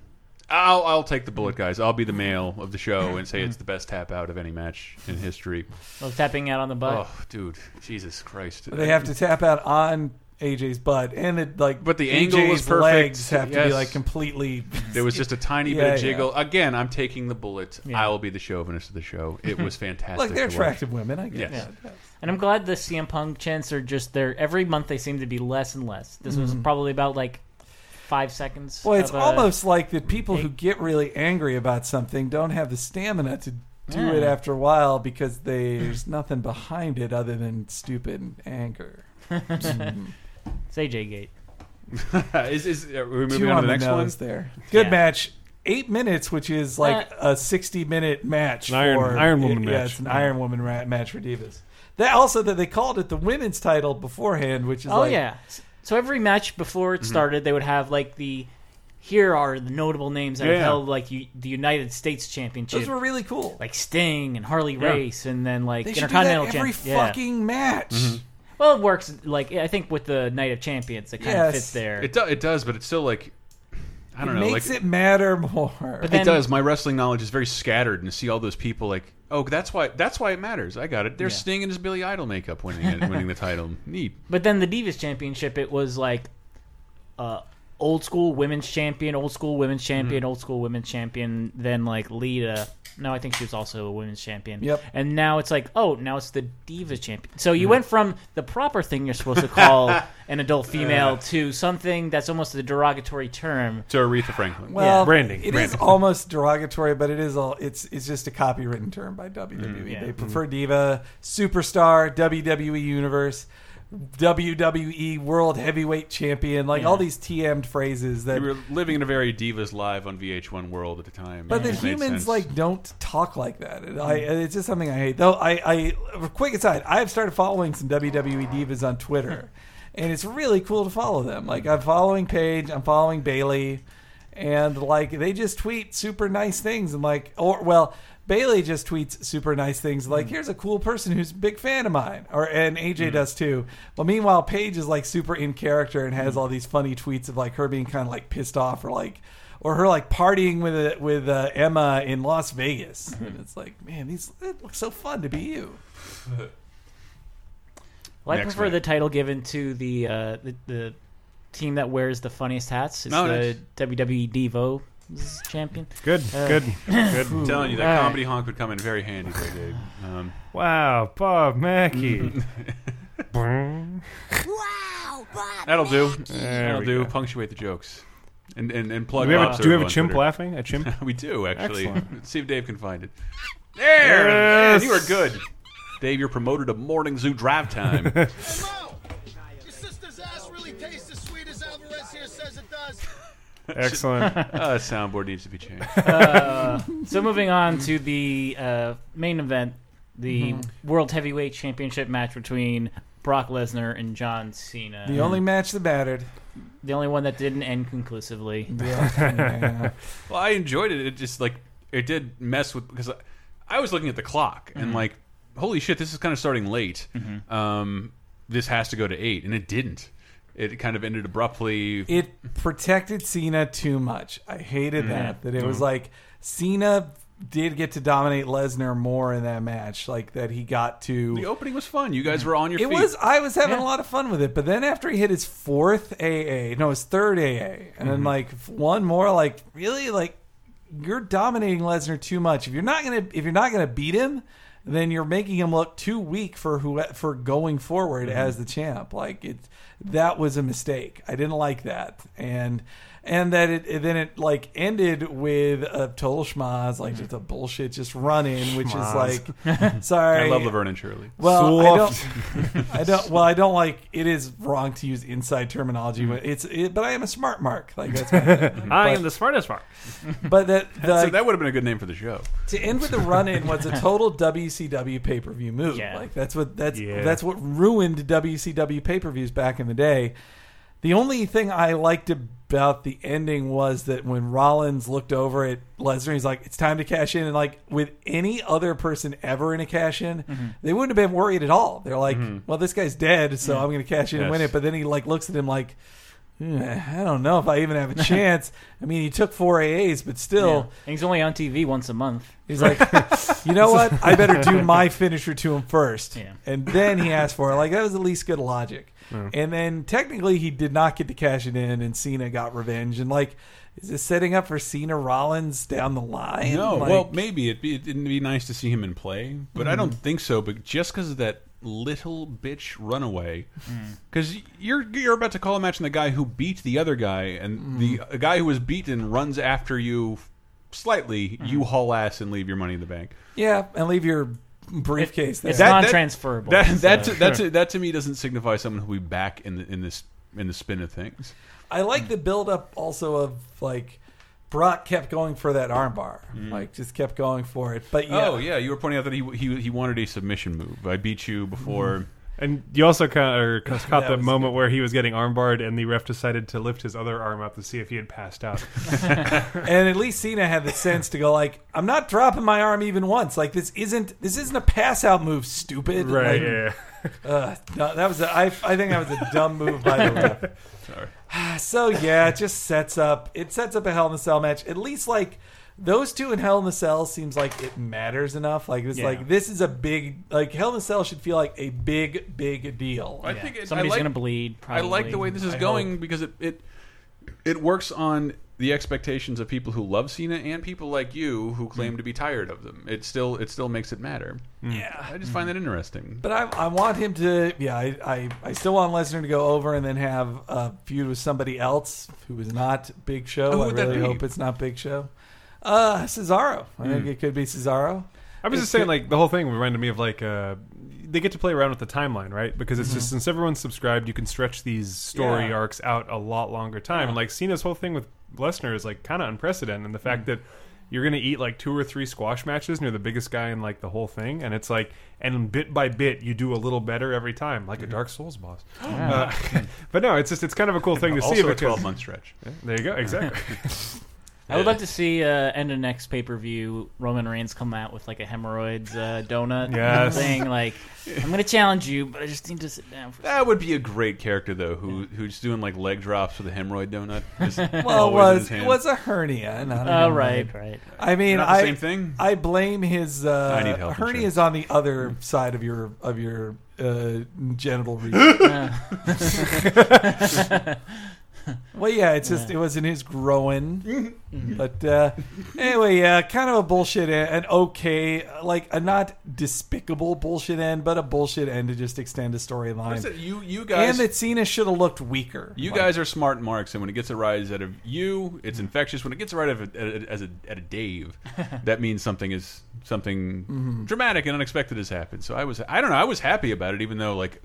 S6: I'll, I'll take the bullet, guys. I'll be the male of the show and say it's the best tap out of any match in history.
S5: Well, tapping out on the butt.
S6: Oh, dude, Jesus Christ!
S8: They have to tap out on AJ's butt, and it like
S6: But the
S8: AJ's
S6: angle was perfect.
S8: legs have to be
S6: Yes.
S8: like completely.
S6: There was just a tiny
S8: Yeah,
S6: bit
S8: yeah.
S6: of jiggle. Again, I'm taking the bullet. I will be the chauvinist of the show. It was fantastic.
S8: Like they're
S6: to watch.
S8: attractive women, I guess.
S6: Yes.
S5: And I'm glad the CM Punk chants are just there. Every month they seem to be less and less. This was probably about like five seconds.
S8: Mm-hmm. Well, it's
S5: of uh, a-
S8: almost like that people who get really angry about something don't have the stamina to do it
S5: Yeah.
S8: after a while because there's nothing behind it other than stupid anger.
S5: it's AJ Gate.
S6: Uh, is, is, are we moving
S8: two
S6: on
S8: on
S6: to the next one?
S8: nose there. Good
S5: Yeah.
S8: match. Eight minutes, which is like
S5: Uh,
S8: a sixty-minute match.
S7: An Iron-
S8: for,
S7: Iron Woman
S8: yeah,
S7: match.
S8: it's an Iron Woman ra- match for divas. That also that they called it the women's title beforehand, which is
S5: Oh
S8: like, Mm-hmm.
S5: yeah. S- So every match before it started, they would have like the here are the notable names that have
S7: Yeah.
S5: held like U- the United States Championship,
S8: those were really cool.
S5: like Sting and Harley Race, and then like
S8: they should do
S5: Intercontinental
S8: that every
S5: Champ- yeah.
S8: fucking match.
S6: Mm-hmm.
S5: Well, it works. Like I think with the Night of Champions, it kind
S8: Yes.
S5: of fits there.
S6: It, do, it does, but it's still like I don't know.
S8: Makes
S6: like,
S8: it matter more.
S5: But
S6: it
S5: then-
S6: does. My wrestling knowledge is very scattered, and to see all those people like, oh, that's why that's why it matters. I got it. There's
S5: Yeah.
S6: Sting in his Billy Idol makeup winning it, winning the title. Neat.
S5: But then the Divas Championship, it was like uh, old school women's champion, old school women's
S6: Mm-hmm.
S5: champion, old school women's champion. Then like Lita. No, I think she was also a women's champion.
S8: Yep.
S5: And now it's like, oh, now it's the Divas Champion. So
S6: Mm-hmm.
S5: you went from the proper thing you're supposed to call an adult
S6: Uh.
S5: female to something that's almost a derogatory term.
S6: To Aretha Franklin.
S8: Well,
S5: Yeah.
S7: Branding,
S8: It is
S7: branding.
S8: almost derogatory, but it is all. It's it's just a copywritten term by WWE.
S5: yeah.
S8: They prefer diva, superstar, WWE universe, WWE World Heavyweight Champion, like all these TM'd phrases that.
S6: we were living in a very divas live on VH1 world at the time.
S8: but the
S6: It made
S8: humans
S6: sense.
S8: like don't talk like that. And I, it's just something I hate. Though I, I quick aside, I have started following some WWE divas E on Twitter, and it's really cool to follow them. Like I'm following Paige, I'm following Bailey, and like they just tweet super nice things and like or well. Bailey just tweets super nice things
S6: Mm.
S8: like, "Here's a cool person who's a big fan of mine," or and AJ does too. But meanwhile, Paige is like super in character and
S6: Mm.
S8: has all these funny tweets of like her being kind of like pissed off or like or her like partying with uh, with uh, Emma in Las Vegas. And it's like, man, these it looks so fun to be you.
S5: Well, I
S6: Next
S5: prefer
S6: week.
S5: the title given to the, uh, the the team that wears the funniest hats. It's
S6: Oh,
S5: the WWE Devo champion.
S7: Good, good, good.
S6: I'm telling you, that
S5: Alright.
S6: comedy honk would come in very handy there, Dave. Um,
S7: Wow, Bob Mackey.
S6: that'll do.
S7: There
S6: That'll
S7: we
S6: do.
S7: go.
S6: Punctuate the jokes. And, and, and plug
S7: Do we have
S6: Bob
S7: a, do we have
S6: Servo
S7: a
S6: on
S7: chimp
S6: Twitter.
S7: laughing? A chimp?
S6: We do, actually.
S7: Excellent.
S6: See if Dave can find it. There! Man,
S7: Yes!
S6: you are good. Dave, you're promoted to morning zoo drive time.
S9: Hello! Your sister's ass really tastes as sweet as Alvarez here says it does.
S7: Excellent.
S6: uh, soundboard needs to be changed.
S5: So moving on to the uh, main event, the
S8: Mm-hmm.
S5: World Heavyweight Championship match between Brock Lesnar and John Cena.
S8: The only match that mattered.
S5: The only one that didn't end conclusively.
S8: Yeah.
S6: Well, I enjoyed it. It just like it did mess with because I, I was looking at the clock
S7: Mm-hmm.
S6: and like, holy shit, this is kind of starting late. Um, this has to go to eight, and it didn't. It kind of ended abruptly.
S8: it protected Cena too much. I hated that. That it was like Cena did get to dominate Lesnar more in that match. Like that he got to
S6: the opening was fun. You guys were on your
S8: It
S6: feet.
S8: was. I was having a lot of fun with it, but then after he hit his fourth AA, no, his third AA, and
S6: Mm-hmm.
S8: then like f- one more, like really, like you're dominating Lesnar too much. If you're not gonna, if you're not gonna beat him, then you're making him look too weak for who for going forward
S6: Mm-hmm.
S8: as the champ. Like it, that was a mistake. I didn't like that, and and that it and then it like ended with a total schmaz, like
S6: Mm-hmm.
S8: just a bullshit just run in, which is like, sorry,
S6: I love Laverne and Shirley.
S8: well, I
S7: Soft.
S8: don't, I don't. Well, I don't like. It is wrong to use inside terminology. But it's. It, but I am a smart mark. Like that's.
S7: I
S8: My,
S7: am the smartest one.
S8: but that. The,
S6: so that would have been a good name for the show.
S8: to end with the run in was a total WCW pay per view move.
S5: Yeah.
S8: Like that's what that's
S7: Yeah.
S8: that's what ruined WCW pay per views back in the day. The only thing I liked about the ending was that when Rollins looked over at Lesnar, he's like, "It's time to cash in." And like with any other person ever in a cash in, they wouldn't have been worried at all. They're like, "Well, this guy's dead, so I'm going to cash in and win
S6: Yes.
S8: it." But then he like looks at him like. "Hmm, I don't know if I even have a chance. I mean, he took four AAs, but
S5: Yeah.
S8: still,
S5: And he's only on TV once a month.
S8: He's like, you know what? I better do my finisher to him first,
S5: Yeah.
S8: and then he asked for it. Like that was the least good logic. And then technically, he did not get to cash it in, and Cena got revenge. And like, is this setting up for Cena Rollins down the line?
S6: No,
S8: Like,
S6: well, maybe it'd be, it'd be nice to see him in play, but I
S5: Mm-hmm.
S6: don't think so. But just because of that little bitch runaway,
S5: Mm.
S6: because you're you're about to call a match on the guy who beat the other guy, and the
S5: Mm.
S6: a guy who was beaten runs after you slightly,
S5: Mm.
S6: you haul ass and leave your money in the bank.
S8: yeah, and leave your briefcase there.
S5: It's
S6: That- that-
S5: non-transferable.
S6: That that
S5: so-
S6: to, that, to, that to me doesn't signify someone who will be back in the, in this in the spin of things.
S8: I like the build up also of like. Brock kept going for that armbar, like just kept going for it. But yeah,
S6: Oh yeah, you were pointing out that he he he wanted a submission move. I beat you before.
S5: Mm-hmm.
S7: And you also caught, or caught that,
S8: was
S7: moment where he was getting armbarred, and the ref decided to lift his other arm up to see if he had passed out.
S8: and at least Cena had the sense to go like, I'm not dropping my arm even once. Like this isn't this isn't a pass out move, stupid.
S7: right.
S8: Like,
S7: yeah.
S8: uh, no, that was a, I, I think that was a dumb move by the ref. Sorry. So yeah, it just sets up it sets up a Hell in a Cell match. At least like those two in Hell in a Cell seems like it matters enough. Like this
S5: Yeah.
S8: like this is a big like Hell in a Cell should feel like a big big deal.
S6: I think it,
S5: Somebody's
S6: I like,
S5: gonna bleed. Probably.
S6: I like the way this is
S8: I
S6: going because it, it it works on the expectations of people who love Cena and people like you
S7: Hmm.
S6: who claim to be tired of them. It still it still makes it matter.
S7: Hmm.
S6: Yeah, I just find that interesting.
S8: But I, I want him to, yeah, I, I, I still want Lesnar to go over and then have a feud with somebody else who is not Big Show.
S6: Who
S8: I
S6: would that
S8: really
S6: be?
S8: hope it's not Big Show. Uh, Cesaro. I
S6: Hmm.
S8: think it could be Cesaro.
S7: I was just saying, like the whole thing reminded me of like uh, they get to play around with the timeline, right? Because it's
S6: Mm-hmm.
S7: just since everyone's subscribed, you can stretch these story
S8: Yeah.
S6: Mm.
S7: arcs out a lot longer time. And like Cena's whole thing with Lesnar is like kind of unprecedented, and the fact that you're gonna eat like two or three squash matches, and you're the biggest guy in like the whole thing. And it's like, and bit by bit, you do a little better every time, like
S6: Mm-hmm.
S7: a Dark Souls boss. Uh, but no, it's just it's kind of a cool thing to see.
S6: also a
S7: because-
S6: 12 month stretch.
S7: There you go, exactly.
S5: I would like to see uh, end of next pay per view Roman Reigns come out with like a hemorrhoids uh, donut
S7: Yes.
S5: thing. Like, I'm gonna challenge you, but I just need to sit down for. a
S6: That would be a great character though, who who's doing like leg drops with a hemorrhoid donut. Just
S8: Well, it
S6: always in his
S8: was
S6: hand.
S8: it was a hernia. Not a
S5: second. Oh,
S8: hemorrhoid.
S5: right, right.
S8: I mean,
S6: Not the
S8: I
S6: same thing?
S8: I blame his uh,
S6: I need health
S8: hernia
S6: insurance.
S8: is on the other side of your of your uh, genital region. well, yeah, it's just it was in his groin.
S6: Mm-hmm.
S8: but uh, anyway, uh, kind of a bullshit, e- an okay, like a not despicable bullshit end, but a bullshit end to just extend a
S6: That's
S8: storyline.
S6: it. You you
S8: And
S6: guys
S8: that Cena should have looked weaker.
S6: you
S8: Like,
S6: guys are smart marks, and when it gets a rise out of you, it's infectious. When it gets a rise out of a, as a at a Dave, that means something is something
S8: Mm-hmm.
S6: dramatic and unexpected has happened. So I was I don't know I was happy about it, even though like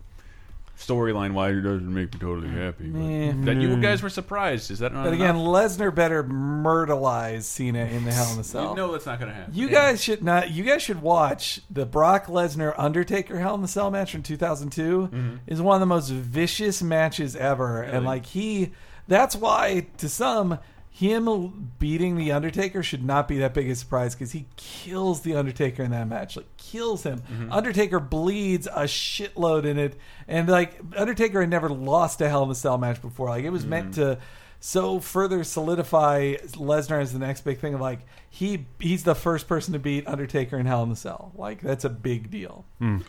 S6: storyline wise it doesn't make me totally happy. But That you guys were surprised is that not
S8: But again,
S6: enough?
S8: Lesnar better myrtleize Cena in the Hell in a Cell.
S6: you know that's not going to happen.
S8: You guys should not. You guys should watch the Brock Lesnar Undertaker Hell in the Cell match from 2002. Is one of the most vicious matches ever, and like he, that's why to some him beating the Undertaker should not be that big a surprise because he kills the Undertaker in that match. Like kills him. Undertaker bleeds a shitload in it, and like Undertaker had never lost a Hell in a Cell match before. Like it was meant to so further solidify Lesnar as the next big thing. Of like he he's the first person to beat Undertaker in Hell in the Cell. Like that's a big deal.
S6: Hmm.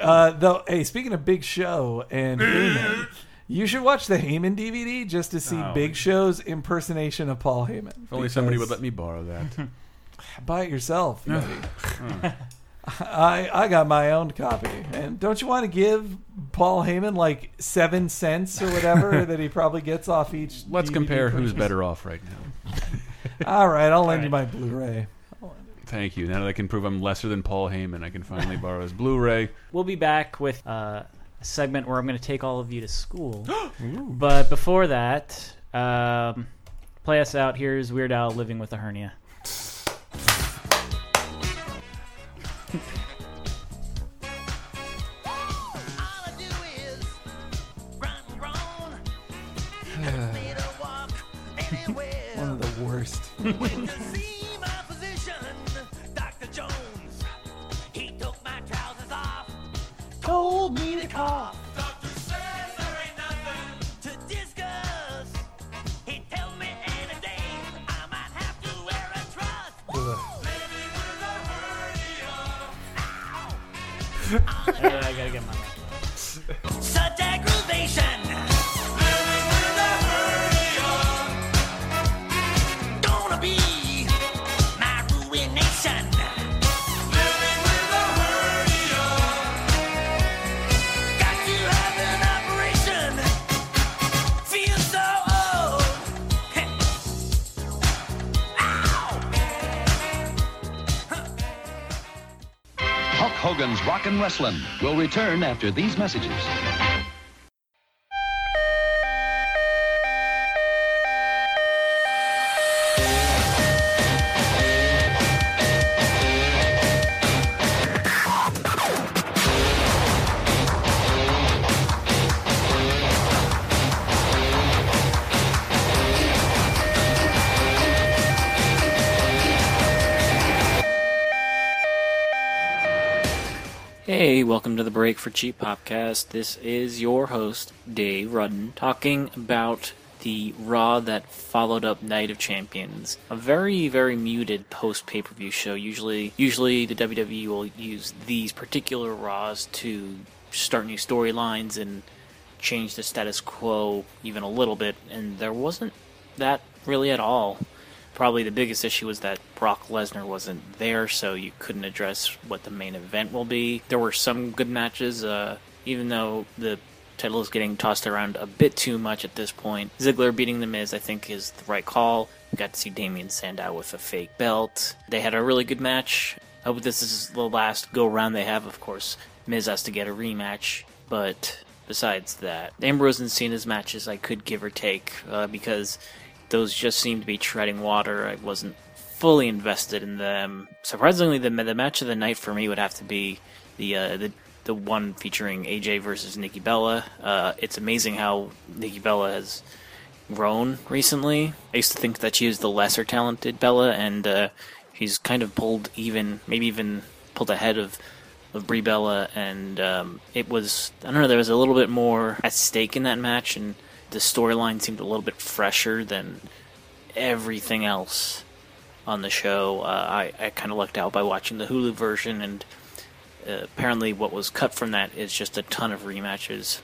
S8: Uh, though, hey, speaking of Big Show and Heyman, you should watch the Heyman DVD just to see Big Show's impersonation of Paul Heyman.
S6: Oh, If only somebody would let me borrow that.
S8: buy it yourself. buddy.
S6: Hmm.
S8: I I got my own copy, and don't you want to give Paul Heyman like seven cents or whatever that he probably gets off each?
S6: Let's
S8: DVD
S6: compare who's
S8: purchase?
S6: better off right now.
S8: All right, I'll lend you my Blu-ray.
S6: Thank you. Now that I can prove I'm lesser than Paul Heyman, I can finally borrow his Blu-ray.
S5: We'll be back with uh, a segment where I'm going to take all of you to school. but before that, um, play us out. Here's Weird Al living with a hernia.
S9: All I do is run, run. Ask me to
S10: Um,
S9: walk anywhere.
S8: One of the worst.
S9: When you see my physician, Dr. Jones, he took my trousers off, told me to cough. Doctor says there ain't nothing to discuss. He tell me in a day I might have to wear a truss. Maybe with a hernia. Ow!
S5: Uh, I gotta get my.
S9: such aggravation. Gonna be my ruination. Got to have an operation. Feel so old.
S11: Hulk Hogan's Rockin' Wrestling will return after these messages.
S12: Hey, welcome to the break for Cheap Popcast. This is your host, Dave Rudden, talking about the Raw that followed up Night of Champions. A very, very muted post pay per view show. Usually, usually the WWE will use these particular Raws to start new storylines and change the status quo even a little bit, and there wasn't that really at all probably the biggest issue was that Brock Lesnar wasn't there, so you couldn't address what the main event will be. There were some good matches, uh, even though the title is getting tossed around a bit too much at this point. Ziggler beating The Miz, I think, is the right call. We got to see Damian Sandow with a fake belt. They had a really good match. I hope this is the last go round they have, of course. Miz has to get a rematch, but besides that, Ambrose and Cena's matches I could give or take uh, because those just seemed to be treading water. I wasn't
S5: fully invested in them. Surprisingly, the the match of the night for me would have to be the uh, the the one featuring AJ versus Nikki Bella. Uh, it's amazing how Nikki Bella has grown recently. I used to think that she was the lesser talented Bella, and uh, she's kind of pulled even, maybe even pulled ahead of of Brie Bella, and um, it was I don't know there was a little bit more at stake in that match, and the storyline seemed a little bit fresher than everything else on the show. Uh, I I kind of lucked out by watching the Hulu version and apparently what was cut from that is just a ton of rematches.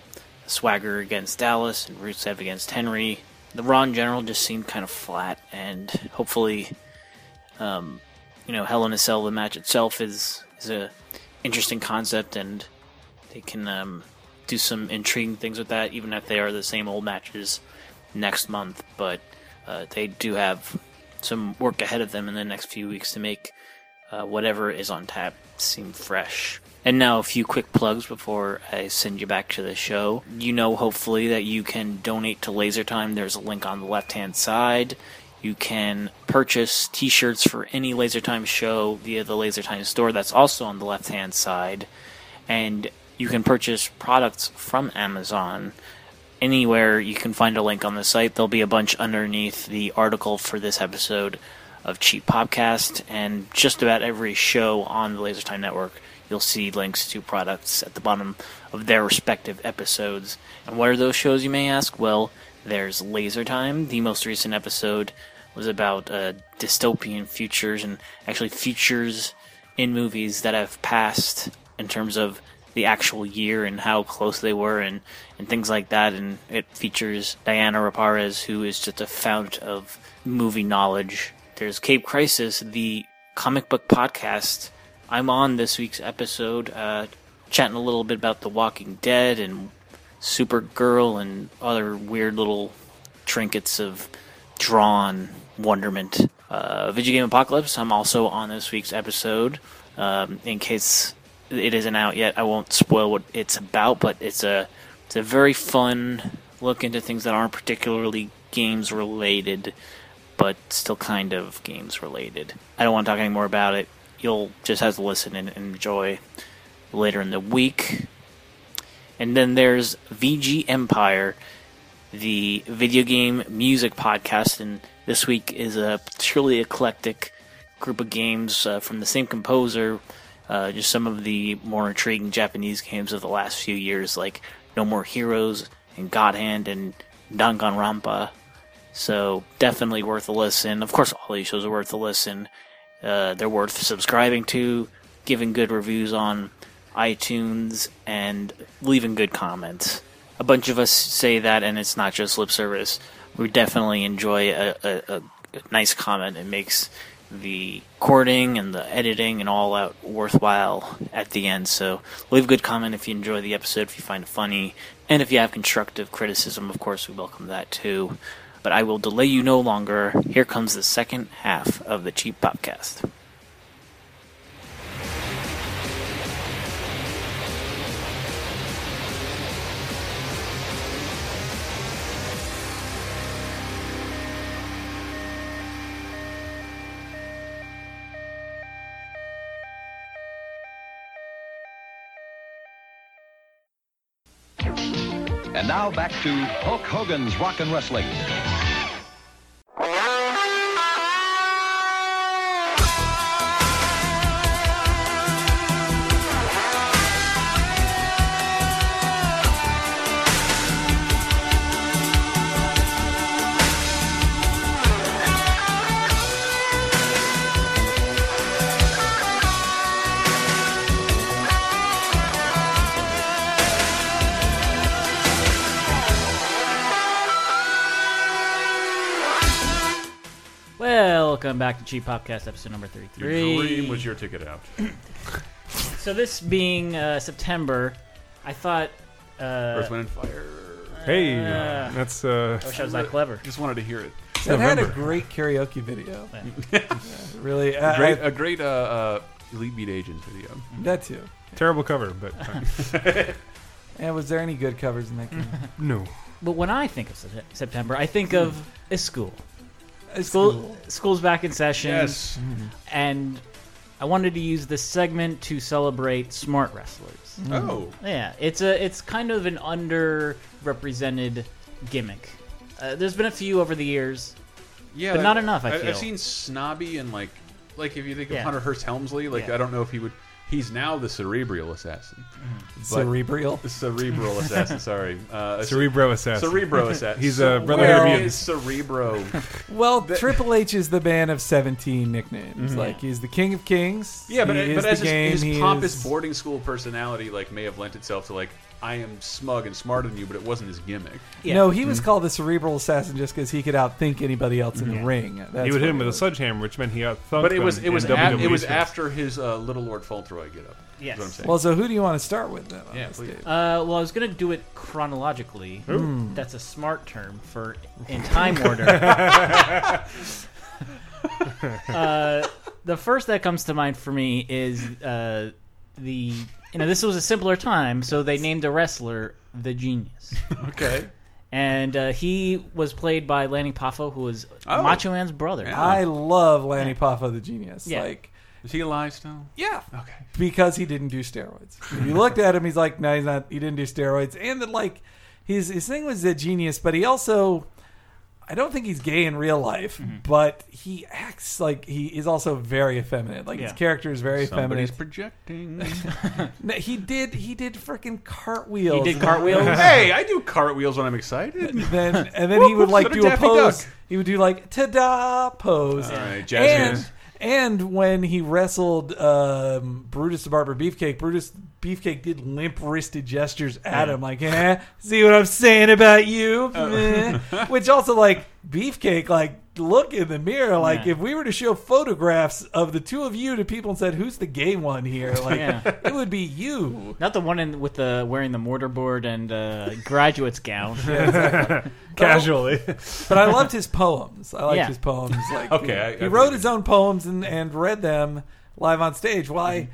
S5: Swagger against Dallas and Rusev against Henry. The Raw in general just seemed kind of flat, and hopefully, um, you know, Hell in a Cell, the match itself is is a interesting concept, and they can um, do some intriguing things with that, even if they are the same old matches next month. But uh, they do have some work ahead of them in the next few weeks to make uh, whatever is on tap seem fresh. And now a few quick plugs before I send you back to the show. You know, hopefully, that you can donate to Laser Time. There's a link on the left hand side. You can purchase t shirts for any Laser Time show via the Laser Time store. That's also on the left hand side. And you can purchase products from Amazon. Anywhere you can find a link on the site, there'll be a bunch underneath the article for this episode of Cheap Podcast, and just about every show on the Lasertime Network, you'll see links to products at the bottom of their respective episodes. And what are those shows, you may ask? Well, there's Lasertime. The most recent episode was about uh, dystopian futures and actually futures in movies that have passed in terms of the actual year and how close they were and, and things like that. And it features Diana Raparez, who is just a fount of movie knowledge there's Cape Crisis, the comic book podcast. I'm on this week's episode, uh, chatting a little bit about The Walking Dead and Supergirl and other weird little trinkets of drawn wonderment. Uh, Video Game Apocalypse, I'm also on this week's episode. Um, in case it isn't out yet, I won't spoil what it's about, but it's a it's a very fun look into things that aren't particularly games related but still kind of games related. I don't want to talk any more about it. You'll just have to listen and enjoy later in the week. And then there's VG Empire, the video game music podcast, and this week is a truly eclectic group of games uh, from the same composer. Uh, just some of the more intriguing Japanese games of the last few years, like No More Heroes and God Hand and Danganronpa. So definitely worth a listen. Of course, all these shows are worth a listen. Uh, they're worth subscribing to, giving good reviews on iTunes, and leaving good comments. A bunch of us say that, and it's not just lip service. We definitely enjoy a, a, a nice comment. It makes the recording and the editing and all out worthwhile at the end. So leave a good comment if you enjoy the episode, if you find it funny, and if you have constructive criticism, of course, we welcome that too but I will delay you no longer. Here comes the second half of the Cheap Podcast.
S11: And now back to Hulk Hogan's Rockin' Wrestling.
S13: Welcome back to Cheap Podcast, episode number
S6: Your
S13: 33.
S6: dream was your ticket out.
S13: So, this being uh, September, I thought. Uh,
S6: Earth, Wind, and Fire.
S14: Hey, that's uh,
S13: I wish I was that clever.
S6: Just wanted to hear it.
S8: That had a
S14: November.
S8: great karaoke video. Yeah, really, I-
S6: Great,
S8: I-
S6: a great uh, uh, Elite Beat Agents video.
S8: that too.
S14: terrible cover, but uh,
S8: And was there any good covers in that game?
S14: no.
S13: But when I think of Sep- September, I think of a school.
S5: school school's back in session.
S6: Yes.
S5: Mm-hmm. and I wanted to use this segment to celebrate smart wrestlers.
S6: Oh.
S5: Yeah, it's a it's kind of an underrepresented gimmick. Uh, there's been a few over the years.
S6: Yeah,
S5: But not enough, I feel.
S6: have seen snobby and like, like if you think of
S5: Yeah.
S6: Hunter Hearst Helmsley, like
S5: Yeah.
S6: I don't know if he would. He's now the cerebral assassin. But-
S8: Cerebral.
S6: the cerebral assassin. Sorry, uh,
S7: Cerebro assassin.
S6: Cerebro assassin.
S7: He's a brother
S6: Where
S7: of
S6: is cerebro?
S8: Well, Triple H is the man of 17 nicknames. Like, he's the king of kings.
S6: Yeah, but,
S8: He is
S6: but
S8: the
S6: as his,
S8: game,
S6: his
S8: he
S6: pompous
S8: is-
S6: boarding school personality, like may have lent itself to like I am smug and smarter than you, but it wasn't his gimmick.
S8: No, he was called the cerebral assassin just because he could outthink anybody else in the ring. That's
S7: He would
S8: what
S7: hit him with a
S8: it was.
S7: sledgehammer, which meant he out.
S6: But it was it was
S7: in
S6: af-
S7: WWE
S6: it was
S7: terms.
S6: after his uh, Little Lord Fauntleroy get up. is
S5: Yes.
S6: what I'm saying.
S8: Well, so who do you want to start with then? on
S6: Yeah,
S8: this
S6: please.
S8: Dave?
S5: Uh, well, I was gonna do it chronologically. That's a smart term for in time order. uh, Uh, the first that comes to mind for me is uh, the you know this was a simpler time, so they named a wrestler the Genius,
S6: okay.
S5: and uh, he was played by Lanny Poffo, who was
S6: Oh.
S5: Macho Man's brother.
S8: I love Lanny Poffo the genius.
S5: Yeah.
S8: Like,
S6: Is he alive still?
S8: yeah,
S6: Okay.
S8: because he didn't do steroids. If you looked at him, he's like, no, he's not. He didn't do steroids, and that like his his thing was a genius, but he also. I don't think he's gay in real life, but he acts like he is also very effeminate. Like his
S5: Yeah.
S8: character is very
S6: Somebody's
S8: effeminate.
S6: projecting.
S8: No, he did he did freaking cartwheels.
S5: He did cartwheels.
S6: hey, I do cartwheels when I'm excited.
S8: then and then he would like
S6: little
S8: do a
S6: Daffy
S8: pose.
S6: Duck.
S8: He would do like ta-da pose.
S6: right, jazz
S8: and
S6: hands.
S8: and when he wrestled um, Brutus the Barber Beefcake, Brutus Beefcake did limp wristed gestures at him, like eh, see what I'm saying about you, Meh. which also like Beefcake like. Look in the mirror. Like
S5: Yeah.
S8: if we were to show photographs of the two of you to people and said, "Who's the gay one here?" Like
S5: Yeah.
S8: it would be you.
S5: Not the one in, with the wearing the mortarboard and uh, graduate's gown.
S7: casually.
S8: But I loved his poems. I liked
S5: Yeah.
S8: his poems. Like
S6: Okay, I- I
S8: he
S6: believe
S8: wrote his own poems and, and read them live on stage. Well, I,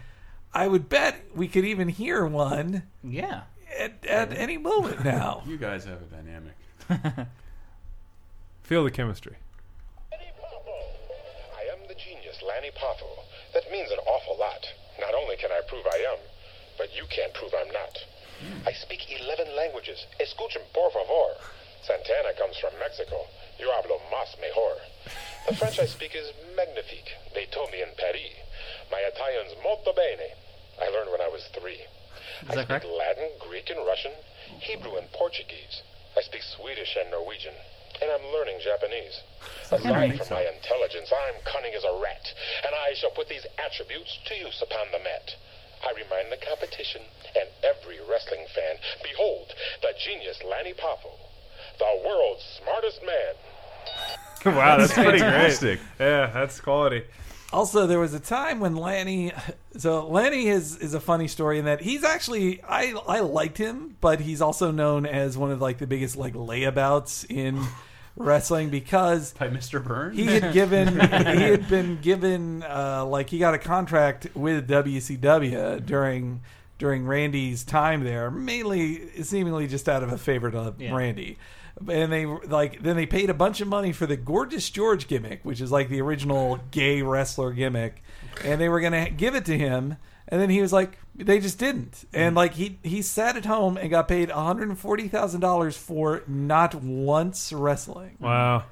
S8: I would bet we could even hear one
S5: Yeah.
S8: at, at any moment now.
S6: You guys have a dynamic.
S7: Feel the chemistry.
S15: Lanny Poffo. I am the genius, Lanny Poffo. That means an awful lot. Not only can I prove I am, but you can't prove I'm not. I speak 11 languages. Escuchen, por favor. Santana comes from Mexico. Yo hablo más mejor. The French I speak is magnifique. They told me in Paris. My Italian's molto bene. I learned when I was three. I speak Latin, Greek, and Russian, Hebrew, and Portuguese. I speak Swedish and Norwegian, and I'm learning Japanese. Aside from my intelligence, I'm cunning as a rat, and I shall put these attributes to use upon the mat. I remind the competition and every wrestling fan behold, the genius Lanny Poffo, the world's smartest man.
S7: wow, that's pretty
S6: Fantastic.
S7: great. Yeah, that's quality.
S8: Also, there was a time when Lanny. So Lanny is is a funny story in that he's actually I I liked him, but he's also known as one of like the biggest like layabouts in wrestling because
S6: By Mr. Burns?
S8: he had given he had been given uh, like he got a contract with WCW during during Randy's time there, mainly seemingly just out of a favor to Randy. And they like then they paid a bunch of money for the Gorgeous George gimmick, which is like the original gay wrestler gimmick, and they were gonna give it to him. And then he was like, they just didn't. And like he he sat at home and got paid one hundred forty thousand dollars for not once wrestling.
S7: Wow.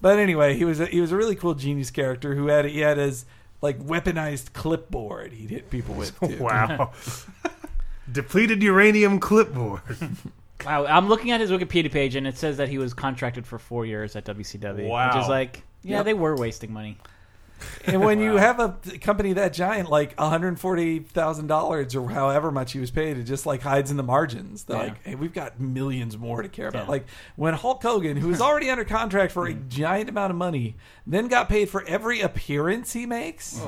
S8: But anyway, he was a, he was a really cool genius character who had he had his like weaponized clipboard he'd hit people with. Too.
S7: Wow. Depleted uranium clipboard.
S5: Wow, I'm looking at his Wikipedia page and it says that he was contracted for four years at WCW. Which
S7: Wow.
S5: is like, yeah,
S8: Yep.
S5: they were wasting money.
S8: And when you have a company that giant, like one hundred forty thousand dollars or however much he was paid, it just like hides in the margins. They're
S5: Yeah.
S8: like, hey, we've got millions more to care about.
S5: Yeah.
S8: Like when Hulk Hogan, who was already under contract for a giant amount of money, then got paid for every appearance he makes.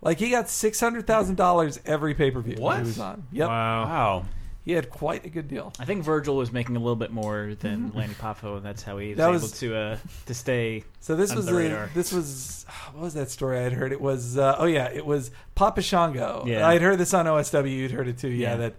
S8: Like he got six hundred thousand dollars every pay per view
S6: What?
S8: he was on. Yep,
S7: Wow.
S6: Wow.
S8: he had quite a good deal.
S5: I think Virgil was making a little bit more than Lanny Poffo, and that's how he was
S8: That
S5: able
S8: was-
S5: to uh, to stay.
S8: So this
S5: Under
S8: was
S5: the
S8: a-
S5: radar.
S8: this was what was that story I'd heard? It was uh, oh yeah, it was Papa Shango.
S5: Yeah.
S8: I'd heard this on OSW. You'd heard it too. Yeah,
S5: Yeah.
S8: that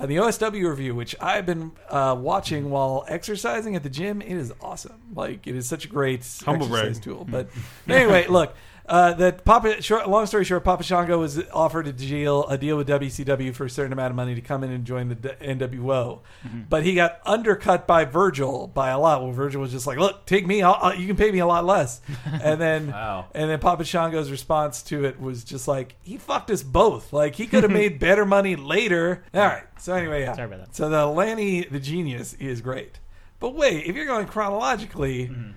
S8: uh, the OSW review, which I've been uh,
S5: Mm-hmm.
S8: watching while exercising at the gym. It is awesome. Like it is such a great
S7: Humble brag.
S8: exercise
S5: Hmm.
S8: tool. But anyway, look. Uh, that Papa, short, long story short, Papa Shango was offered a deal, a deal with WCW for a certain amount of money to come in and join the D- NWO,
S5: Mm-hmm.
S16: Mhm.
S8: but he got undercut by Virgil by a lot. Well, Virgil was just like, "Look, take me, I'll, I'll, you can pay me a lot less," and then, and then Papa Shango's response to it was just like, "He fucked us both. Like he could have made better money later." All right. So anyway, yeah.
S5: Sorry about that.
S8: So the Lanny the genius is great, but wait, if you're going chronologically,
S5: Mm-hmm.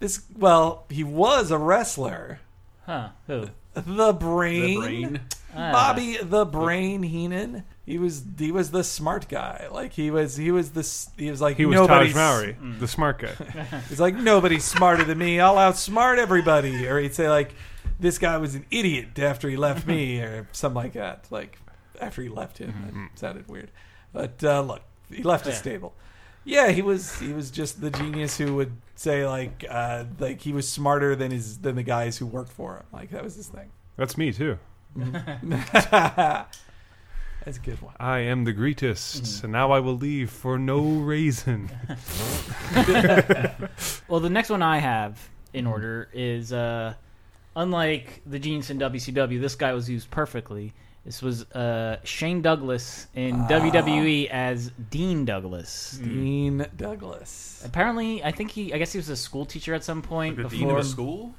S8: this well, he was a wrestler.
S5: Huh? Who?
S8: The brain.
S5: Brain. Ah.
S8: Bobby the brain Heenan. He was he was the smart guy. Like he was he was this he was like
S7: He was Taj
S8: nobody's-
S7: Mowry, Mm. the smart guy.
S8: He's like nobody's smarter than me. I'll outsmart everybody. Or he'd say like this guy was an idiot after he left me or something like that. Like after he left him.
S7: Mm-hmm.
S8: That sounded weird. But uh, look, he left his
S16: Yeah.
S8: stable. Yeah, he was he was just the genius who would say like uh, like he was smarter than his than the guys who worked for him. Like that was his thing.
S7: That's me too.
S8: That's a good one.
S7: I am the greatest, and now I will leave for no reason.
S5: well, the next one I have in
S8: Mm-hmm.
S5: order is uh, unlike the genius in WCW, this guy was used perfectly. This was uh, Shane Douglas in
S8: Ah. Mm-hmm.
S5: WWE as Dean Douglas.
S7: Mm-hmm.
S8: Dean Douglas.
S5: Apparently, I think he. I guess he was a school teacher at some point.
S6: Like the
S5: before.
S6: dean of a school?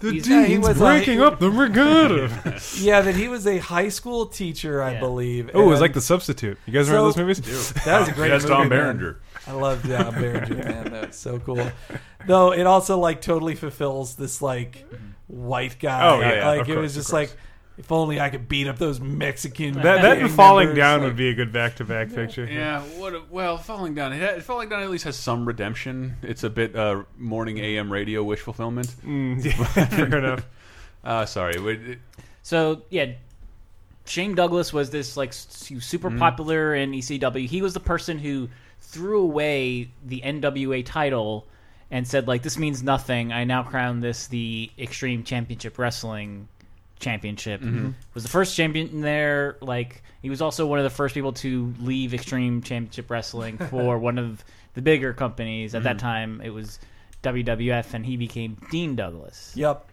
S7: The
S5: He's-
S7: dean's breaking up the regatta.
S8: yeah, that he was a high school teacher, I believe.
S7: Oh, it was
S8: and-
S7: like The Substitute. You guys remember
S8: So-
S7: those movies?
S8: That was a great
S7: That's
S8: movie.
S7: Tom
S8: man.
S7: Berenger.
S8: I love Tom Berenger, man. That was so cool. Though it also like totally fulfills this like white guy.
S7: Oh, yeah, yeah,
S8: like
S7: of
S8: it
S7: course,
S8: was
S7: of
S8: just
S7: course.
S8: like if only I could beat up those Mexican.
S7: That, that and
S8: gang
S7: Falling
S8: members,
S7: Down
S8: like-
S7: would be a good back-to-back picture.
S6: Yeah, what? A, well, falling down. It had- falling down at least has some redemption. It's a bit uh, morning AM radio wish fulfillment.
S7: Mm, yeah, fair enough.
S6: Uh, sorry. Would, it,
S5: So yeah, Shane Douglas was this like su- super
S6: Mhm.
S5: popular in ECW. He was the person who threw away the NWA title and said like this means nothing. I now crown this the Extreme Championship Wrestling Championship.
S16: Mhm.
S5: Was the first champion there. Like he was also one of the first people to leave Extreme Championship Wrestling for one of the bigger companies at that
S8: Mhm.
S5: time. It was WWF, and he became Dean Douglas.
S8: Yep.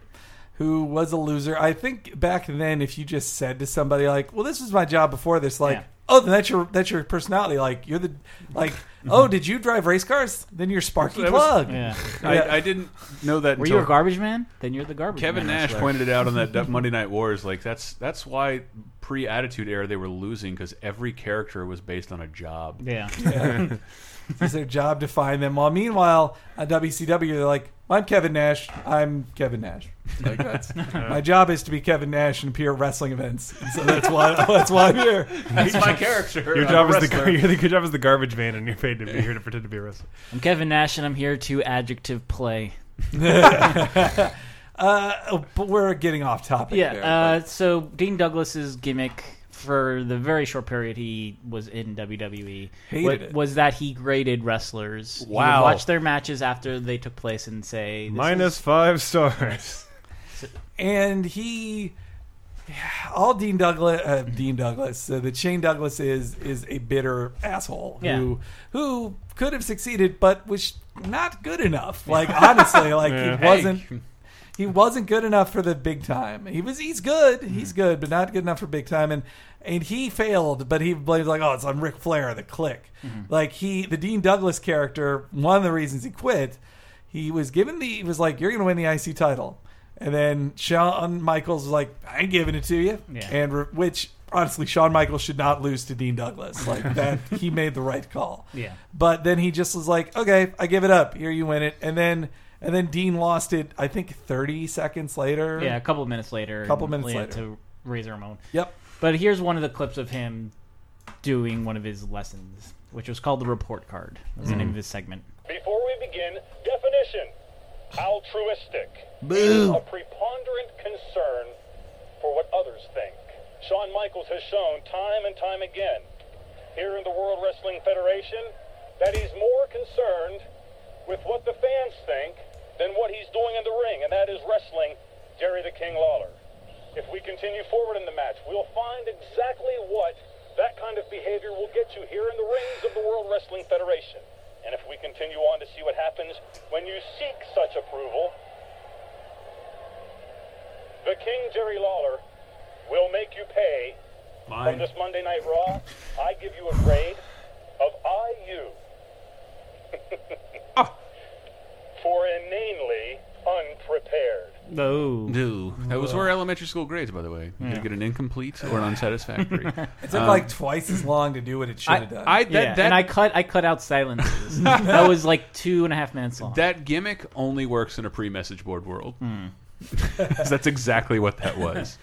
S8: Who was a loser. I think back then if you just said to somebody like, Well, this was my job before this, like,
S5: Yeah.
S8: oh then that's your that's your personality. Like you're the like oh, did you drive race cars? Then you're Sparky
S6: That was-
S8: Plug.
S6: Yeah. I- I didn't know that
S5: Were
S6: until-
S5: you a garbage man? Then you're the garbage
S6: Kevin
S5: man.
S6: Nash pointed it out on that du- Monday Night Wars. Like that's that's why pre Attitude Era they were losing because every character was based on a job.
S8: Yeah. it's their job to find them. While meanwhile, at WCW, they're like, I'm Kevin Nash. I'm Kevin Nash. Like that's my job is to be Kevin Nash and appear at wrestling events. And so that's why that's why I'm here.
S7: Your job is the your, your job is the garbage man, and you're paid to be here to pretend to be a wrestler.
S5: I'm Kevin Nash, and I'm here to adjective play.
S8: uh, oh, but we're getting off topic.
S5: yeah.
S8: there.
S5: Uh, so Dean Douglas's gimmick for the very short period he was in WWE
S8: Hated
S5: wa-
S8: it.
S5: was that he graded wrestlers. He would
S7: Wow.
S5: watch their matches after they took place and say this
S7: Minus five stars.
S8: and he all Dean Douglas, uh, Dean Douglas, uh, that Shane Douglas is is a bitter asshole who who could have succeeded but was not good enough. Like honestly, like
S16: Yeah.
S8: he wasn't. He wasn't good enough for the big time. He was. He's good. He's good, but not good enough for big time. And and he failed. But he blames like, oh, it's on Ric Flair, the click.
S16: Mhm.
S8: Like he, the Dean Douglas character. One of the reasons he quit, he was given the. He was like, you're going to win the IC title. And then Shawn Michaels was like, I ain't giving it to you.
S16: Yeah.
S8: And re- which honestly, Shawn Michaels should not lose to Dean Douglas. Like that, he made the right call.
S16: Yeah.
S8: But then he just was like, okay, I give it up. Here you win it. And then and then Dean lost it. I think 30 seconds later.
S5: Yeah, a couple of minutes later.
S8: Couple
S5: and
S8: minutes
S5: led
S8: later.
S5: to Razor Ramon.
S8: Yep.
S5: But here's one of the clips of him doing one of his lessons, which was called the report card. That was the name of his segment.
S15: Before we begin, definition altruistic.
S5: Boo.
S15: A preponderant concern for what others think. Shawn Michaels has shown time and time again here in the World Wrestling Federation that he's more concerned with what the fans think than what he's doing in the ring, and that is wrestling Jerry the King Lawler. If we continue forward in the match, we'll find exactly what
S16: That kind of behavior will get you here in the rings of the World Wrestling Federation. And if we continue on to see what happens when you seek such approval, the King Jerry Lawler will make you pay
S6: Mine.
S16: from this Monday Night Raw. I give you a grade of IU
S7: Ah.
S16: for inanely unprepared.
S5: No.
S6: No. That was where elementary school grades, by the way. You
S8: Yeah.
S6: could get an incomplete or an unsatisfactory.
S8: It took
S6: Um,
S8: like twice as long to do what it should have done.
S6: I- that-
S5: yeah,
S6: that-
S5: and I cut I cut out silences. that was like two and a half minutes long. Hmm.
S6: That gimmick only works in a pre-message board world. 'Cause that's exactly what that was.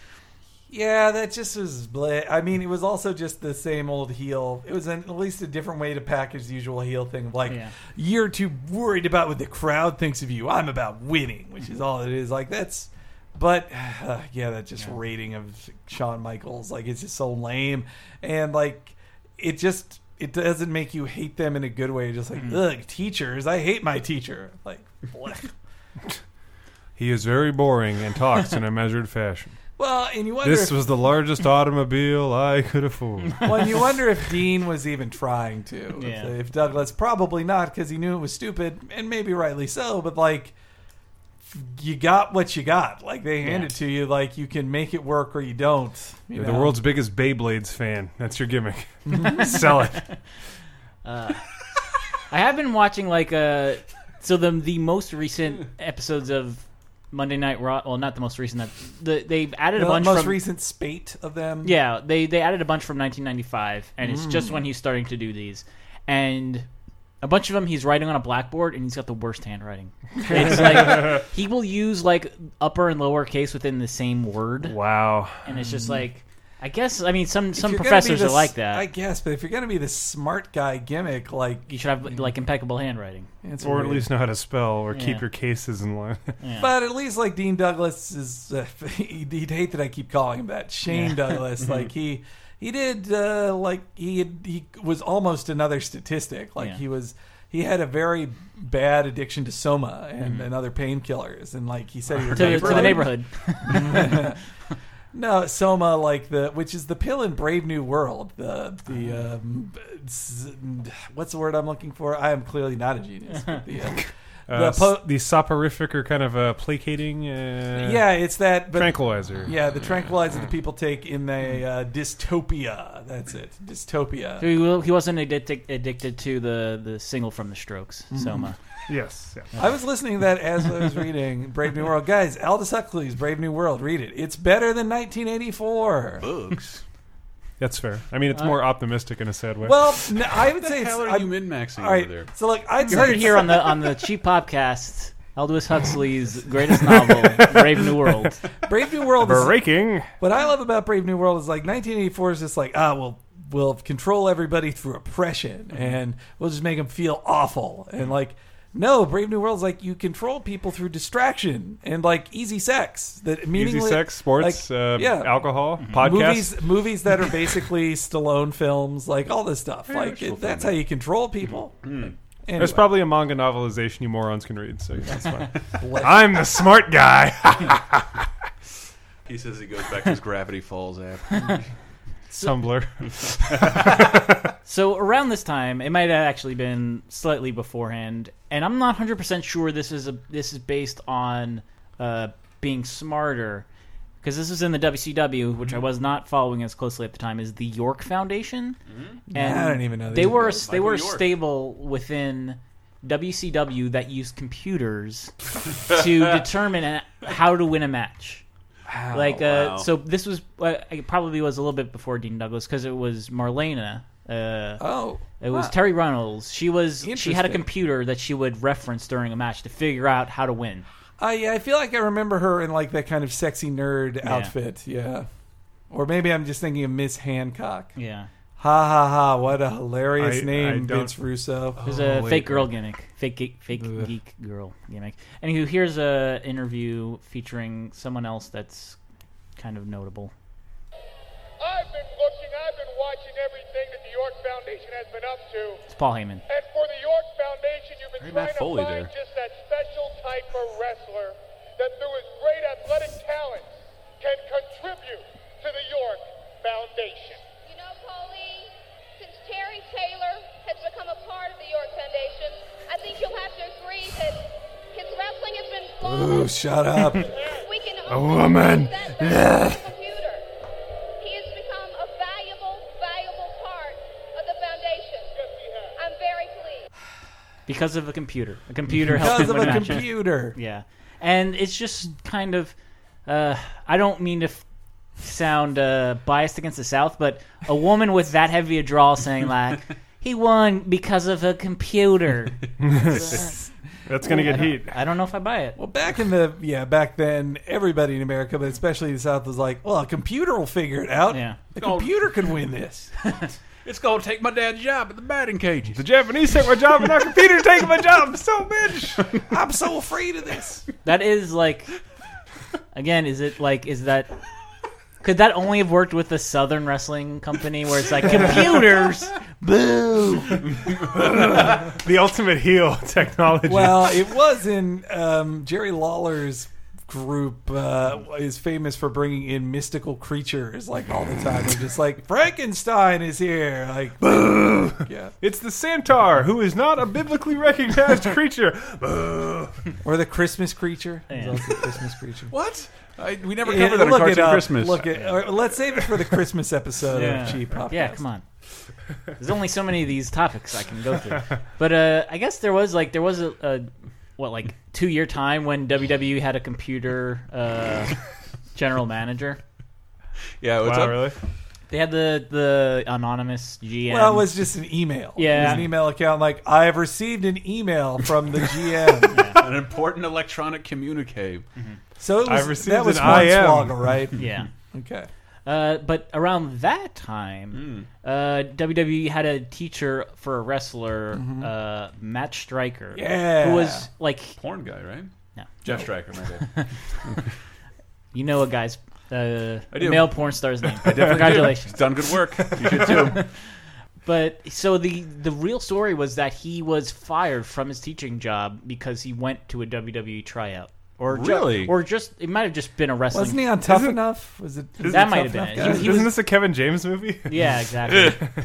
S8: Yeah, that just was. Bleh. I mean, it was also just the same old heel. It was an, at least a different way to package the usual heel thing. of Like, you're too worried about what the crowd thinks of you. I'm about winning, which is all it is. Like, that's. But uh, yeah, that just rating of Shawn Michaels, like, it's just so lame. And, like, it just. It doesn't make you hate them in a good way. Just like, ugh, teachers. I hate my teacher. Like, bleh.
S7: He is very boring and talks in a measured fashion.
S8: Well, and you wonder
S7: This
S8: if-
S7: was the largest automobile I could afford.
S8: well, and you wonder if Dean was even trying to.
S7: Yeah.
S8: If, if Douglas, probably not, because he knew it was stupid, and maybe rightly so. But like, you got what you got. Like they hand
S7: Yeah.
S8: it to you. Like you can make it work or you don't. you
S7: You're
S8: know?
S7: the world's biggest Beyblades fan. That's your gimmick. Sell it.
S5: Uh, I have been watching like uh so the the most recent episodes of Monday Night Raw. Well, not the most recent. ep- The, they've added
S8: The
S5: a bunch.
S8: most
S5: from,
S8: recent spate of them.
S5: Yeah, they they added a bunch from 1995, and it's just
S8: Mm.
S5: when he's starting to do these, and a bunch of them he's writing on a blackboard, and he's got the worst handwriting. It's like he will use like upper and lower case within the same word.
S7: Wow,
S5: and it's just like I guess I mean some
S8: If
S5: some
S8: you're gonna be
S5: professors
S8: this-
S5: are like that.
S8: I guess, but if you're gonna be the smart guy gimmick, like
S5: you should have like impeccable handwriting,
S8: It's
S7: or at
S8: weird.
S7: least know how to spell or
S8: Yeah.
S7: keep your cases in line.
S8: But at least like Dean Douglas is, uh, he'd, he'd hate that I keep calling him that. Shane
S7: Yeah.
S8: Douglas, like he he did uh, like he had, he was almost another statistic. Like
S7: Yeah.
S8: he was he had a very bad addiction to soma and, and other painkillers, and like he said he
S5: Mm-hmm. To the- to the neighborhood.
S8: No, Soma, like the which is the pill in Brave New World. The
S5: Uh-huh.
S8: the um, z- what's the word I'm looking for? I am clearly not a genius. But the, uh,
S7: Uh,
S8: the
S7: s-
S8: po-
S7: the soporific or kind of uh, placating. Uh,
S8: yeah, it's that but,
S7: tranquilizer.
S8: Yeah, the tranquilizer that people take in the uh, dystopia. That's it, dystopia.
S5: So he, will- he wasn't addicted, addicted to the, the single from the Strokes,
S8: Mm-hmm.
S5: Soma.
S7: Yes.
S8: I was listening to that as I was reading Brave New World. Guys, Aldous Huxley's Brave New World. Read it. It's better than 1984.
S6: Books.
S7: That's fair. I mean, it's
S8: Uh,
S7: more optimistic in a sad way.
S8: Well, no, I would
S6: What the
S8: say it's-
S6: hell are
S8: I'm-
S6: you min-maxing
S8: all right,
S6: over there?
S8: So like, I'd
S5: you
S8: say
S5: heard it here on the on the cheap podcast. Aldous Huxley's greatest novel, Brave New World.
S8: Brave New World is
S7: breaking.
S8: What I love about Brave New World is like 1984 is just like ah, we'll we'll control everybody through oppression
S7: Mm-hmm.
S8: and we'll just make them feel awful and like no, Brave New World is like you control people through distraction and like easy sex that meaningless
S7: Easy sex, sports,
S8: like,
S7: uh,
S8: yeah.
S7: alcohol,
S6: Mm-hmm.
S7: podcasts.
S8: movies movies that are basically Stallone films like all this stuff
S7: Yeah,
S8: like
S7: actual Mm-hmm.
S8: it, that's how
S7: film.
S8: you control people.
S7: There's
S8: Anyway.
S7: probably a manga novelization you morons can read, so that's fine.
S8: Bless.
S7: I'm the smart guy.
S6: He says he goes back to his Gravity Falls app.
S7: Tumblr.
S5: So around this time, it might have actually been slightly beforehand, and I'm not 100 percent sure this is a this is based on uh, being smarter, because this was in the WCW, which I
S8: Mm-hmm.
S5: was not following as closely at the time. Is the York Foundation? And
S8: I don't even know
S5: They
S8: these
S5: were
S8: guys.
S5: they
S8: Mm-hmm. Michael
S5: were
S8: York.
S5: stable within WCW that used computers to determine how to win a match.
S8: Oh,
S5: Like uh,
S12: Wow.
S5: so, this was uh, it probably was a little bit before Dean Douglas because it was Marlena. Uh,
S8: oh,
S5: it was
S8: huh.
S5: Terry Reynolds. She was she had a
S8: Interesting.
S5: computer that she would reference during a match to figure out how to win.
S8: Uh, yeah, I feel like I remember her in like that kind of sexy nerd
S5: Yeah.
S8: outfit. Yeah. Or maybe I'm just thinking of Miss Hancock.
S5: Yeah.
S8: Ha ha ha! What a
S5: I-
S8: hilarious name,
S5: I don't-
S8: Vince Russo.
S5: It was a fake girl gimmick, fake geek, fake geek girl gimmick. And who here's a interview featuring someone else that's kind of notable.
S17: I've been looking, I've been watching everything that the York Foundation has been up to.
S5: It's Paul Heyman.
S17: And for the York Foundation, you've been
S5: Hey,
S17: trying
S5: Matt Foley
S17: to find
S5: there.
S17: just that special type of wrestler that through his great athletic talents can contribute to the York Foundation.
S10: You know, Polly,
S8: Oh, shut up.
S7: A woman.
S8: Ugh.
S5: because of a computer. A computer
S8: Because
S5: helped him
S8: of
S5: win
S8: a
S5: matches.
S8: computer.
S5: Yeah, and it's just kind of. Uh, I don't mean to f- sound uh, biased against the South, but a woman with that heavy a draw saying like, "He won because of a computer." That's
S7: gonna get heat.
S5: I don't know if I buy it.
S8: Well, back in the yeah, back then, everybody in America, but especially the South, was like, "Well, a computer will figure it out.
S5: Yeah.
S8: The computer could win this."
S6: It's gonna take my dad's job at the batting cages.
S7: The Japanese took my job, and now computers taking my job. So bitch.
S8: I'm so afraid of this.
S5: That is like, again, is it like is that? Could that only have worked with the Southern Wrestling Company, where it's like computers? Boo!
S7: the ultimate heel technology.
S8: Well, it was in um, Jerry Lawler's group uh, is famous for bringing in mystical creatures like all the time. They're just like Frankenstein is here. Like, yeah.
S7: It's the Santar, who is not a biblically recognized creature. Boo.
S8: or the Christmas creature. There's
S7: Yeah.
S8: also a Christmas creature.
S6: What? I, we never
S8: Yeah,
S6: covered that on
S8: look it
S6: Cartoon
S8: up.
S6: Christmas.
S8: Look it, or let's save it for the Christmas episode
S5: yeah.
S8: of Cheap Podcast.
S5: Yeah, come on. There's only so many of these topics I can go through. But uh, I guess there was like there was a, a what like two year time when WWE had a computer uh, general manager.
S6: Yeah, what's
S7: Wow,
S6: up?
S7: really?
S5: They had the the anonymous GM.
S8: Well, it was just an email. It was
S5: Yeah.
S8: an email account. Like, I have received an email from the GM.
S6: An important electronic communique.
S8: So it was, that was Hornswoggle, right?
S5: Yeah.
S8: Okay.
S5: Uh, but around that time,
S6: Hmm.
S5: uh, WWE had a teacher for a wrestler, uh, Matt Striker,
S6: Mm-hmm. Yeah.
S5: who was like
S6: porn guy, right?
S5: No,
S6: Jeff Stryker, my bad.
S5: you know a guy's uh,
S6: I do.
S5: male porn star's name.
S6: I definitely do.
S5: Congratulations,
S6: He's done good work. You should too.
S5: but so the the real story was that he was fired from his teaching job because he went to a WWE tryout. Or ju-
S7: Really?
S5: or just it might have just been a wrestling.
S8: Wasn't he on Tough
S5: Isn't-
S8: Enough? Was it
S5: That Isn't might Tough have been Enough it. guy? He- he
S7: Isn't
S5: was-
S7: this a Kevin James movie?
S5: Yeah, exactly.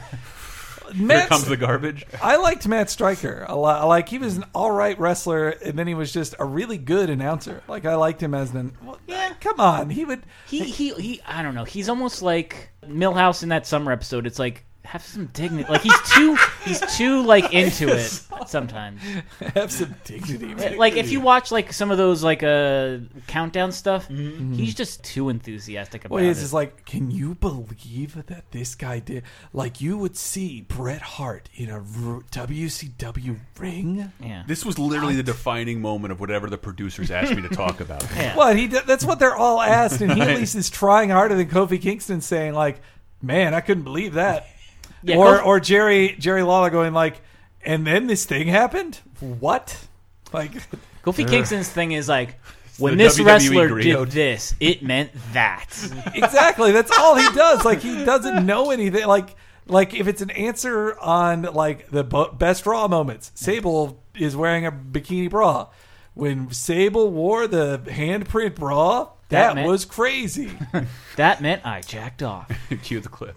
S8: Matt's-
S6: comes the garbage.
S8: I liked Matt Stryker a lot. Like he was an all right wrestler, and then he was just a really good announcer. Like I liked him as an. Well, yeah, come on, he would.
S5: He he he. I don't know. He's almost like Millhouse in that summer episode. It's like have some dignity. Like he's too he's too like into it sometimes.
S8: Have some dignity. man.
S5: Like if you watch like some of those like uh countdown stuff,
S8: Mhm.
S5: he's just too enthusiastic about
S8: Well,
S5: it.
S8: it's just like, can you believe that this guy did? Like, you would see Bret Hart in a r- WCW ring.
S5: Yeah.
S6: This was literally the defining moment of whatever the producers asked me to talk about.
S8: Well, he d- that's what they're all asked, and he at least is trying harder than Kofi Kingston, saying like, "Man, I couldn't believe that,"
S5: Yeah,
S8: or
S5: Kofi-
S8: or Jerry Jerry Lawler going like, "And then this thing happened. What? Like,
S5: Kofi Kingston's thing is like
S8: the E
S5: when this
S8: WWE
S5: wrestler
S8: griot.
S5: did this, it meant that.
S8: exactly. That's all he does. Like he doesn't know anything. Like like if it's an answer on like the bo- best raw moments, Sable is wearing a bikini bra. When Sable wore the handprint bra,
S5: That
S8: that,
S5: meant-
S8: was crazy.
S5: that meant I jacked off.
S6: Cue the clip.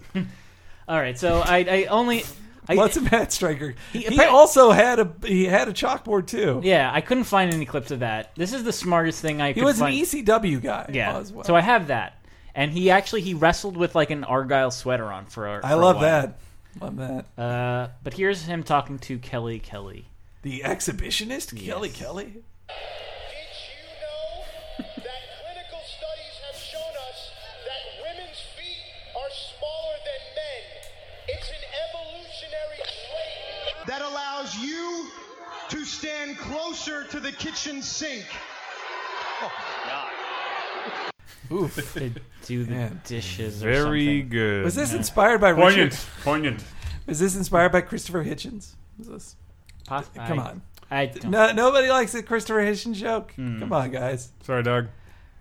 S5: All right, so I I only I,
S8: What's a Matt Striker? He,
S5: appar-
S8: also had a he had a chalkboard too.
S5: Yeah, I couldn't find any clips of that. This is the smartest thing I
S8: He
S5: could
S8: was
S5: find.
S8: an ECW guy.
S5: yeah,
S8: as well.
S5: so I have that, and he actually he wrestled with like an argyle sweater on for. A,
S8: I
S5: for a
S8: love
S5: while.
S8: that. Love that.
S5: Uh, but here's him talking to Kelly Kelly.
S8: The exhibitionist Kelly Kelly.
S10: that allows you to stand closer to the kitchen sink. Oh, God.
S5: Oof. to do the dishes or
S7: Very
S5: something.
S7: good.
S8: Was this inspired by
S7: Poignant.
S8: Richard?
S7: Poignant.
S8: Was this inspired by Christopher Hitchens? Was this?
S5: Poss-
S8: Come
S5: I-
S8: on.
S5: I don't- Hmm.
S8: no, nobody likes a Christopher Hitchens joke. Come on, guys.
S7: Sorry, dog.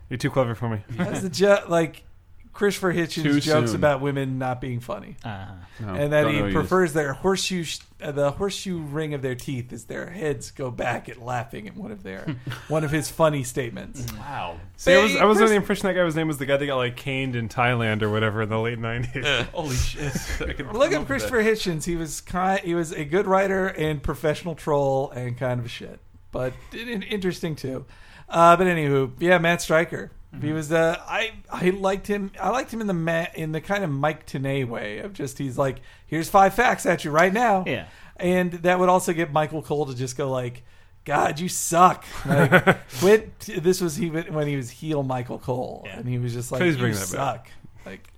S7: You're too clever for me.
S8: That's the jo- like Christopher Hitchens
S7: Too
S8: jokes
S7: soon.
S8: about women not being funny, uh-huh.
S7: No,
S8: and that
S7: don't know who
S8: he
S7: he
S8: prefers their horseshoe, sh- uh, the horseshoe ring of their teeth as their heads go back at laughing at one of their one of his funny statements.
S6: Wow.
S7: See, I was, I was under
S8: Chris-
S7: the impression that guy was name was the guy that got like caned in Thailand or whatever in the late nineties.
S6: Holy shit! I can
S8: Look
S6: I'm
S8: at Christopher Hitchens. He was kind. He was a good writer and professional troll and kind of a shit, but it- it- interesting too. Uh, but anywho, yeah, Matt Stryker.
S7: Mm-hmm.
S8: He was. Uh, I I liked him. I liked him in the ma- in the kind of Mike Tenay way of just he's like, here's five facts at you right now. Yeah. And that would also get Michael Cole to just go like, God, you suck. Like, quit. This was he when he was heel Michael Cole, and he was just like,
S7: Please bring
S8: you
S7: that
S8: suck.
S7: back.
S8: Like,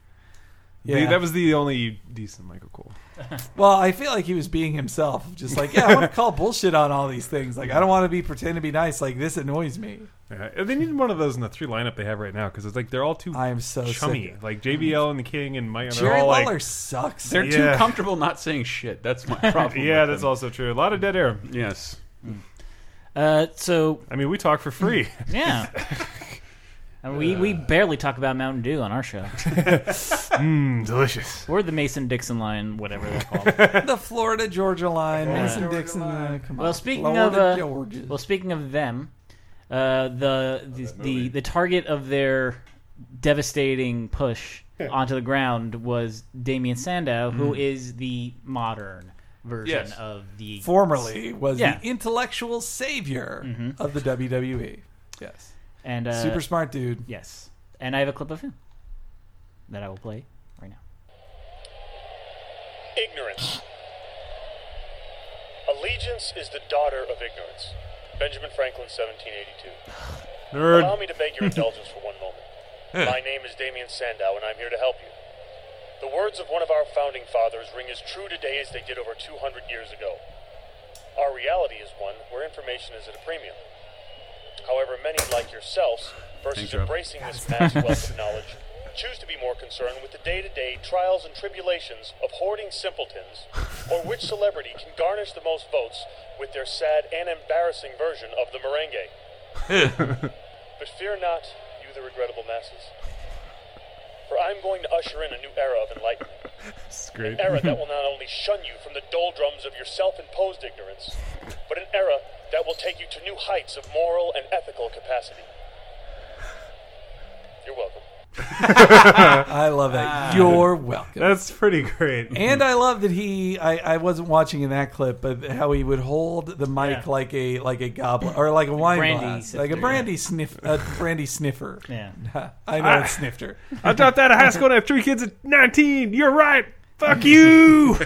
S7: The-
S8: yeah.
S7: that was the only decent Michael Cole.
S8: Well, I feel like he was being himself, just like, yeah, I want to call bullshit on all these things. Like, I don't want to be pretend to be nice. Like, this annoys me.
S7: Yeah, they need one of those in the three lineup they have right now because it's like they're all too I am so
S8: sick
S7: chummy.
S8: of-
S7: Like JBL and the King and Mike.
S8: Jerry
S7: they're all
S8: Lawler
S7: like,
S8: sucks.
S6: They're
S7: Yeah.
S6: too comfortable not saying shit. That's my problem.
S7: yeah,
S6: with
S7: that's
S6: them.
S7: also true. A lot of dead air.
S6: Yes.
S5: Uh, so
S7: I mean, we talk for free.
S8: Mm.
S5: Yeah. And we, we barely talk about Mountain Dew on our show.
S7: Mmm, delicious.
S5: Or the Mason Dixon line, whatever they're called.
S8: The Florida Georgia line,
S5: Yeah.
S8: Mason
S5: Florida
S8: Dixon line. Come on.
S5: well, speaking of
S8: Florida
S5: uh,
S8: Georgia.
S5: well, speaking of them, uh, the the, the the target of their devastating push onto the ground was Damian Sandow, who
S8: Mhm.
S5: is the modern version
S8: Yes.
S5: of the
S8: formerly was
S5: yeah.
S8: the intellectual savior
S5: Mhm.
S8: of the WWE. Yes,
S5: and uh,
S8: super smart dude.
S5: Yes, and I have a clip of him that I will play right now.
S17: Ignorance. Allegiance is the daughter of ignorance. Benjamin Franklin, 1782.
S7: Nerd.
S17: Allow me to beg your indulgence for one moment.
S7: Yeah.
S17: My name is Damien Sandow, and I'm here to help you. The words of one of our founding fathers ring as true today as they did over 200 years ago. Our reality is one where information is at a premium. However, many, like yourselves, versus
S6: Thank you.
S17: embracing this mass wealth of knowledge, choose to be more concerned with the day to day trials and tribulations of hoarding simpletons, or which celebrity can garnish the most votes with their sad and embarrassing version of the merengue. But fear not, you the regrettable masses. For I'm going to usher in a new era of enlightenment.
S7: It's great.
S17: An era that will not only shun you from the doldrums of your self imposed ignorance, but an era that will take you to new heights of moral and ethical capacity. You're welcome.
S8: I love that.
S7: Ah.
S8: You're welcome.
S7: That's pretty great.
S8: And I love that he. I, I wasn't watching in that clip, but how he would hold the mic like a like a goblet or like a wine
S7: brandy
S8: glass,
S7: sifter,
S8: like a brandy sniff, a brandy sniffer.
S5: Yeah,
S8: I know
S7: Ah.
S8: it's snifter.
S7: I dropped out of high school and have three kids at 19. You're right. Fuck you.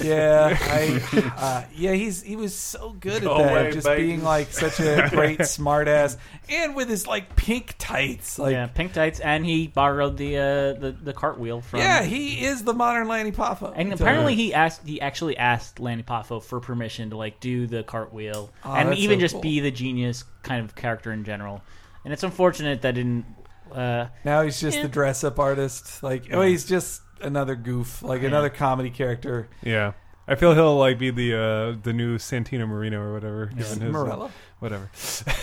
S8: Yeah, I, uh, yeah, he's he was so good
S7: Go
S8: at that,
S7: away,
S8: just
S7: baby.
S8: being like such a great smartass, and with his like pink tights, like
S5: yeah, pink tights, and he borrowed the uh, the the cartwheel from.
S8: yeah, he is the modern Lanny Poffo.
S5: And
S8: So-
S5: apparently he asked he actually asked Lanny Poffo for permission to like do the cartwheel
S8: Oh,
S5: and
S8: that's
S5: even
S8: so
S5: just
S8: cool.
S5: be the genius kind of character in general. And it's unfortunate that didn't uh,
S8: now he's just
S5: eh.
S8: the dress up artist, like oh,
S5: Yeah.
S8: he's just another goof, like
S5: Yeah.
S8: another comedy character.
S7: Yeah. I feel he'll like be the uh, the new Santino Marino or whatever.
S8: Yeah.
S7: given his-
S8: Morello?
S7: whatever.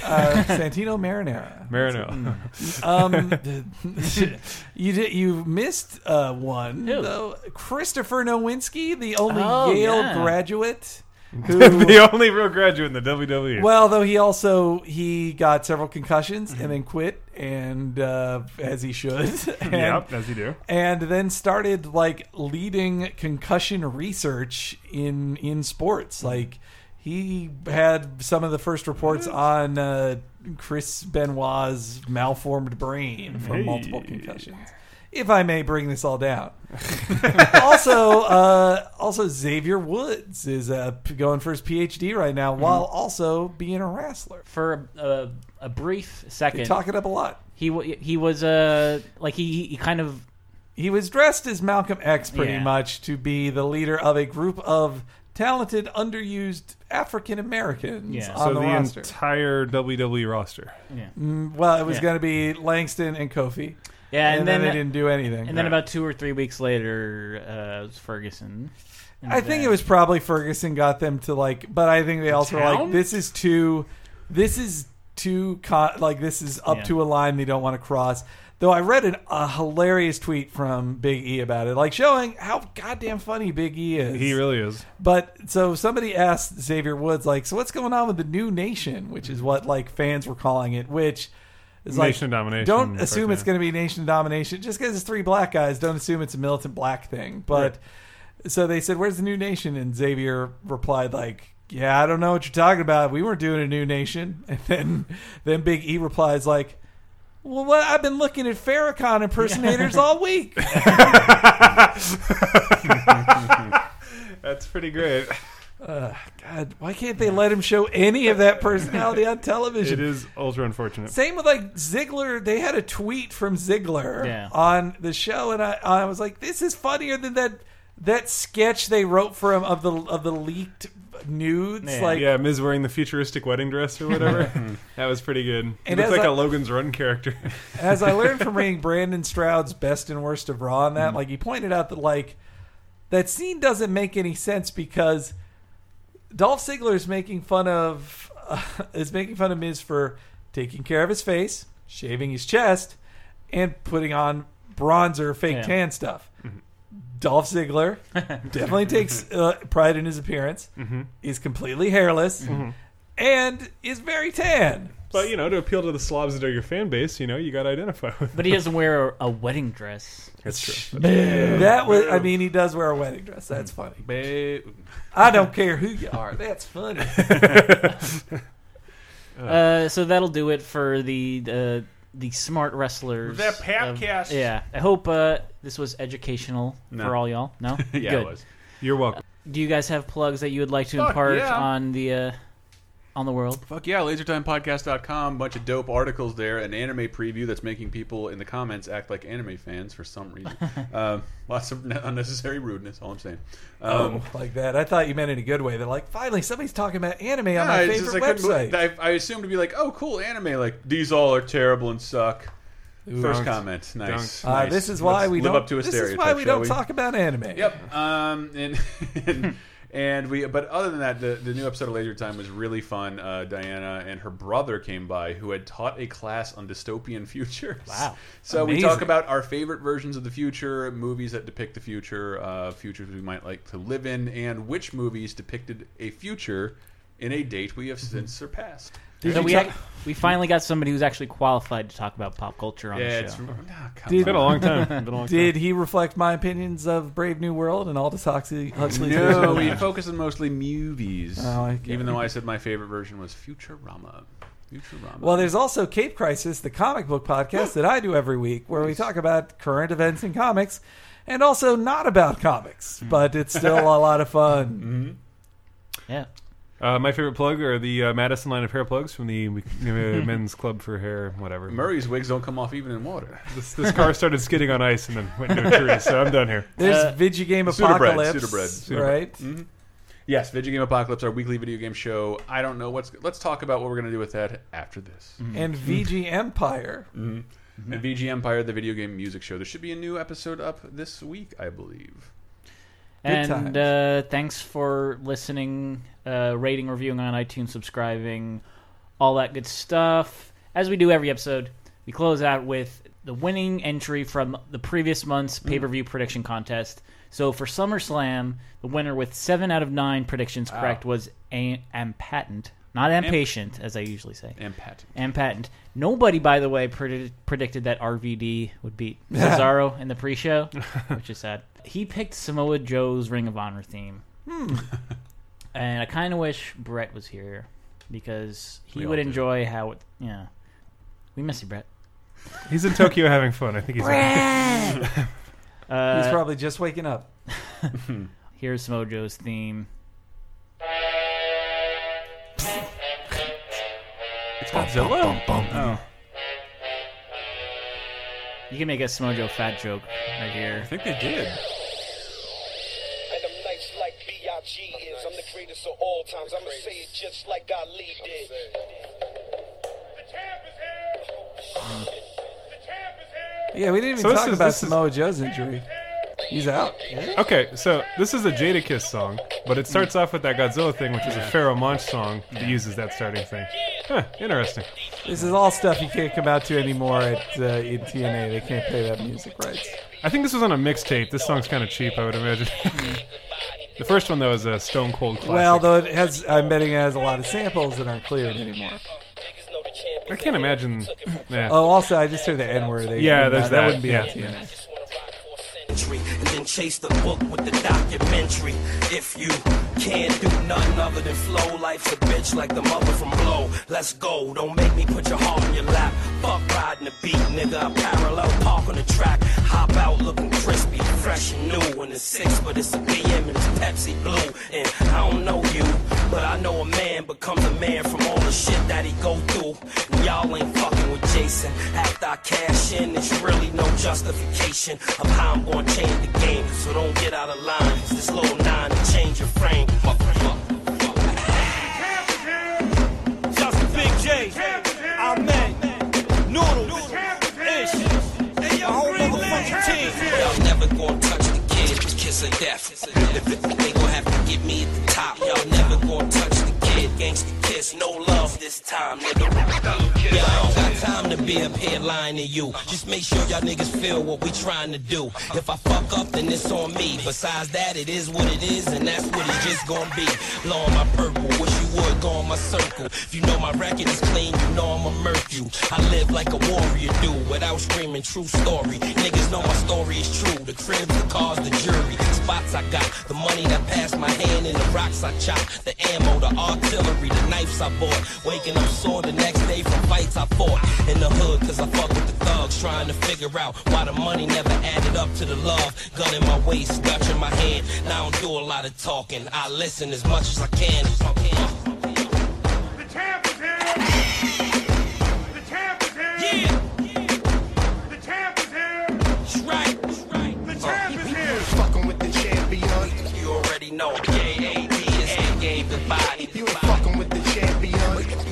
S8: Uh, Santino Marinara. mm.
S7: Marinara.
S8: um, you did, you missed uh, one
S5: Who?
S8: though. Christopher Nowinski, the only
S5: Oh,
S8: Yale
S5: yeah.
S8: graduate.
S7: the only real graduate in the E. WWE.
S8: Well, though he also he got several concussions
S5: Mm-hmm.
S8: and then quit, and uh, as he should. and,
S7: Yep, as you do.
S8: And then started like leading concussion research in in sports. Like he had some of the first reports on uh, Chris Benoit's malformed brain from
S7: Hey.
S8: multiple concussions. If I may bring this all down. also, uh, also Xavier Woods is uh, p- going for his PhD right now, while also being a wrestler.
S5: for a, a, a brief second.
S8: They talk it up a lot.
S5: He w- he was uh like he he kind of
S8: He was dressed as Malcolm X pretty
S5: Yeah.
S8: much to be the leader of a group of talented, underused African Americans on
S7: so
S8: the,
S7: the,
S8: roster.
S7: entire WWE roster.
S5: yeah.
S8: Mm, well, it was
S5: Yeah.
S8: going to be Langston and Kofi.
S5: Yeah, and,
S8: then, they didn't do anything.
S5: And then about two or three weeks later, uh, it was Ferguson. And
S8: I think
S5: then-
S8: it was probably Ferguson got them to like, but I think they also were
S5: town?
S8: like this is too, this is too co- like this is up
S5: Yeah.
S8: to a line they don't want to cross. Though I read an, a hilarious tweet from Big E about it, like showing how goddamn funny Big E is.
S7: He really is.
S8: But so somebody asked Xavier Woods, like, so what's going on with the new nation, which is what like fans were calling it, which is like
S7: Nation of domination,
S8: Don't
S7: right
S8: assume it's
S7: there.
S8: going to be nation of domination just because it's three black guys. Don't assume it's a militant black thing. But so they said, "Where's the new nation?" And Xavier replied, like, "Yeah, I don't know what you're talking about. We weren't doing a new nation." And then then Big E replies like, "Well, what? I've been looking at Farrakhan impersonators all week."
S7: That's pretty great.
S8: Uh, God, why can't they let him show any of that personality on television?
S7: It is ultra unfortunate.
S8: Same with like Ziggler. They had a tweet from Ziggler
S7: Yeah.
S8: on the show, and I, I was like, "This is funnier than that that sketch they wrote for him of the of the leaked nudes." Like,
S7: yeah, Miz wearing the futuristic wedding dress or whatever. that was pretty good. It
S8: Hmm. And
S7: looked
S8: as
S7: like
S8: I-
S7: a Logan's Run character.
S8: as I learned from reading Brandon Stroud's best and worst of Raw on that, like he pointed out that like that scene doesn't make any sense because Dolph Ziggler is making fun of uh, is making fun of Miz for taking care of his face, shaving his chest, and putting on bronzer, fake
S7: Yeah.
S8: tan stuff. Dolph Ziggler definitely takes uh, pride in his appearance.
S7: Mhm.
S8: Is completely hairless
S7: Mhm.
S8: and is very tan.
S7: But you know, to appeal to the slobs that are your fan base, you know, you got to identify with.
S5: But he doesn't wear a, a wedding dress.
S7: That's true.
S8: That was, I mean, he does wear a wedding dress. That's
S6: Hmm.
S8: funny. I don't care who you are. That's funny.
S5: Uh, so that'll do it for the uh, the smart wrestlers.
S7: The
S5: of-
S7: Papcast.
S5: yeah, I hope uh, this was educational
S7: No.
S5: for all y'all. No,
S7: Yeah, it was. You're welcome.
S5: Do you guys have plugs that you would like to
S6: Fuck
S5: impart
S6: yeah.
S5: on the uh, on the world?
S6: Fuck yeah, lasertimepodcast.com. Bunch of dope articles there. An anime preview that's making people in the comments act like anime fans for some reason. um, lots of n- unnecessary rudeness, all I'm saying. Um,
S8: oh, like that. I thought you meant in a good way. They're like, finally, somebody's talking about anime
S6: yeah,
S8: on my
S6: it's just
S8: favorite
S6: I couldn't
S8: website.
S6: believe- I, I assumed to be like, oh, cool, anime. Like, these all are terrible and suck. First
S8: Dunked.
S6: comment. Nice.
S8: Dunked. Uh,
S6: nice.
S8: this is why
S6: Let's
S8: we
S6: live
S8: don't-
S6: up to a
S8: this is
S6: stereotype.
S8: why we
S6: shall
S8: don't talk about anime.
S6: Yep. Um, and, and and we, but other than that, the, the new episode of Laser Time was really fun. Uh, Diana and her brother came by, who had taught a class on dystopian futures.
S7: Wow.
S6: So we
S7: Amazing.
S6: talk about our favorite versions of the future, movies that depict the future, uh, futures we might like to live in, and which movies depicted a future in a date we have since surpassed.
S5: so we ac- we finally got somebody who's actually qualified to talk about pop culture on
S6: Yeah,
S5: the
S6: it's-
S5: show.
S6: Ah, come
S8: Did-
S6: on. Been a long time. Been a long
S8: Did he reflect my opinions of Brave New World and Aldous Huxley? Huxley's
S6: no,
S8: original
S6: we
S8: language?
S6: focus on mostly movies.
S8: Oh, I get
S6: even
S8: it.
S6: though I said my favorite version was Futurama. Futurama.
S8: Well, there's also Cape Crisis, the comic book podcast that I do every week, where we talk about current events in comics and also not about
S6: Hmm.
S8: comics, but it's still a lot of fun.
S5: Yeah.
S7: Uh, my favorite plug are the uh, Madison line of hair plugs from the uh, men's club for hair, whatever.
S6: Murray's wigs don't come off even in water.
S7: This, this car started skidding on ice and then went into a tree, so I'm done here.
S8: There's video game
S6: Sudabred,
S8: apocalypse,
S6: Sudabred.
S8: right?
S6: Mhm. Yes, Video Game Apocalypse, our weekly video game show. I don't know what's. Let's talk about what we're going to do with that after this.
S7: Mm-hmm.
S8: and VG Empire.
S7: Uh,
S6: Mhm.
S8: Mm-hmm.
S6: And VG Empire, the video game music show. There should be a new episode up this week, I believe.
S5: And uh, thanks for listening, uh, rating, reviewing on iTunes, subscribing, all that good stuff. As we do every episode, we close out with the winning entry from the previous month's pay per view prediction contest. So for SummerSlam, the winner with seven out of nine predictions
S6: Wow.
S5: correct was a- Ampatent, not
S6: Amp-
S5: Ampatient, as I usually say.
S6: Ampatent.
S5: Ampatent. Nobody, by the way, predi- predicted that RVD would beat Cesaro in the pre show, which is sad. He picked Samoa Joe's Ring of Honor theme.
S8: Hmm.
S5: And I kind of wish Brett was here because he
S7: We all
S5: would
S7: do.
S5: enjoy how it. Yeah. We miss you, Brett.
S7: He's in Tokyo having fun. I think he's.
S8: He's probably just waking up.
S5: Here's Samoa Joe's theme.
S6: It's Godzilla?
S5: Oh. You can make a Samoa Joe fat joke right here. I
S6: think they did.
S18: And them nights like B.I.G. is. I'm the greatest of all times. I'ma say it just like Ali did.
S8: Yeah, we didn't even
S7: So this
S8: talk
S7: is-
S8: about
S7: this is-
S8: Samoa Joe's injury. He's out.
S7: Okay, so this is a Jadakiss song, but it starts off with that Godzilla thing, which is a Pharaoh Monch song that uses that starting thing. Huh, interesting.
S8: This is all stuff you can't come out to anymore at uh, in TNA. They can't pay that music rights.
S7: I think this was on a mixtape. This song's kind of cheap, I would imagine.
S6: Hmm.
S7: the first one, though, is a Stone Cold classic.
S8: Well, though it has, I'm betting it has a lot of samples that aren't cleared anymore.
S7: I can't imagine. Yeah.
S8: Oh, also, I just heard the N word.
S7: Yeah, there's
S8: that.
S7: that.
S8: wouldn't be
S7: Yeah.
S8: on TNA.
S18: And then
S19: chase the book with the documentary. If you can't do nothing other than flow, life's a bitch like the mother from Blow. Let's go, don't make me put your heart in your lap. Fuck riding the beat, nigga. I parallel park on the track. Hop out looking crispy, fresh and new. In the six, but it's a BM and it's Pepsi Blue. And I don't know you, but I know a man becomes a man from all the shit that he go through. And y'all ain't fucking with Jason. After I cash in, there's really no justification of how I'm gonna change the game. So don't get out of line. It's this little nine to change your frame. Fuck, fuck. Justin Big J. I met Noodles. Ish. The whole motherfucking team. Y'all never gonna touch the kid. Kiss or death. They gonna have to get me at the top. Y'all never gonna touch the kid. Gangsta kiss. No love this time, nigga. Yeah, I don't got time to be up here lying to you. Just make sure y'all niggas feel what we trying to do. If I fuck up, then it's on me. Besides that, it is what it is, and that's what it's just gonna be. Law on my purple, wish you would go on my circle. If you know my record is clean, you know I'ma murk you. I live like a warrior do, without screaming true story. Niggas know my story is true. The crib, the cars, the jury. Spots I got, the money that passed my hand, and the rocks I chop. The ammo, the artillery, the knives I bought. Waking up sore the next day from fights I fought. In the hood, cause I fuck with the thugs, trying to figure out why the money never added up to the love. Gun in my waist, Dutch in my hand. Now I don't do a lot of talking. I listen as much as I can. That's right. That's right. Fucking with the champion. You already know. K-A-D is the game divide. You ain't fucking with the champion.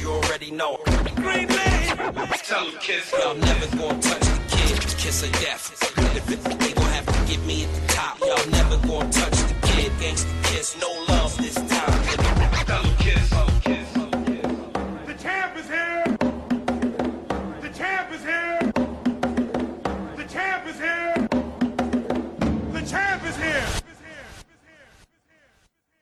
S19: You already know. Green man. Tell him kiss. Y'all never gonna touch the kid. Kiss or death. They gonna have to get me at the top. Y'all never gonna touch the kid. Gangsta kiss. No love this time. Tell him kiss. The champ is here. The champ is here.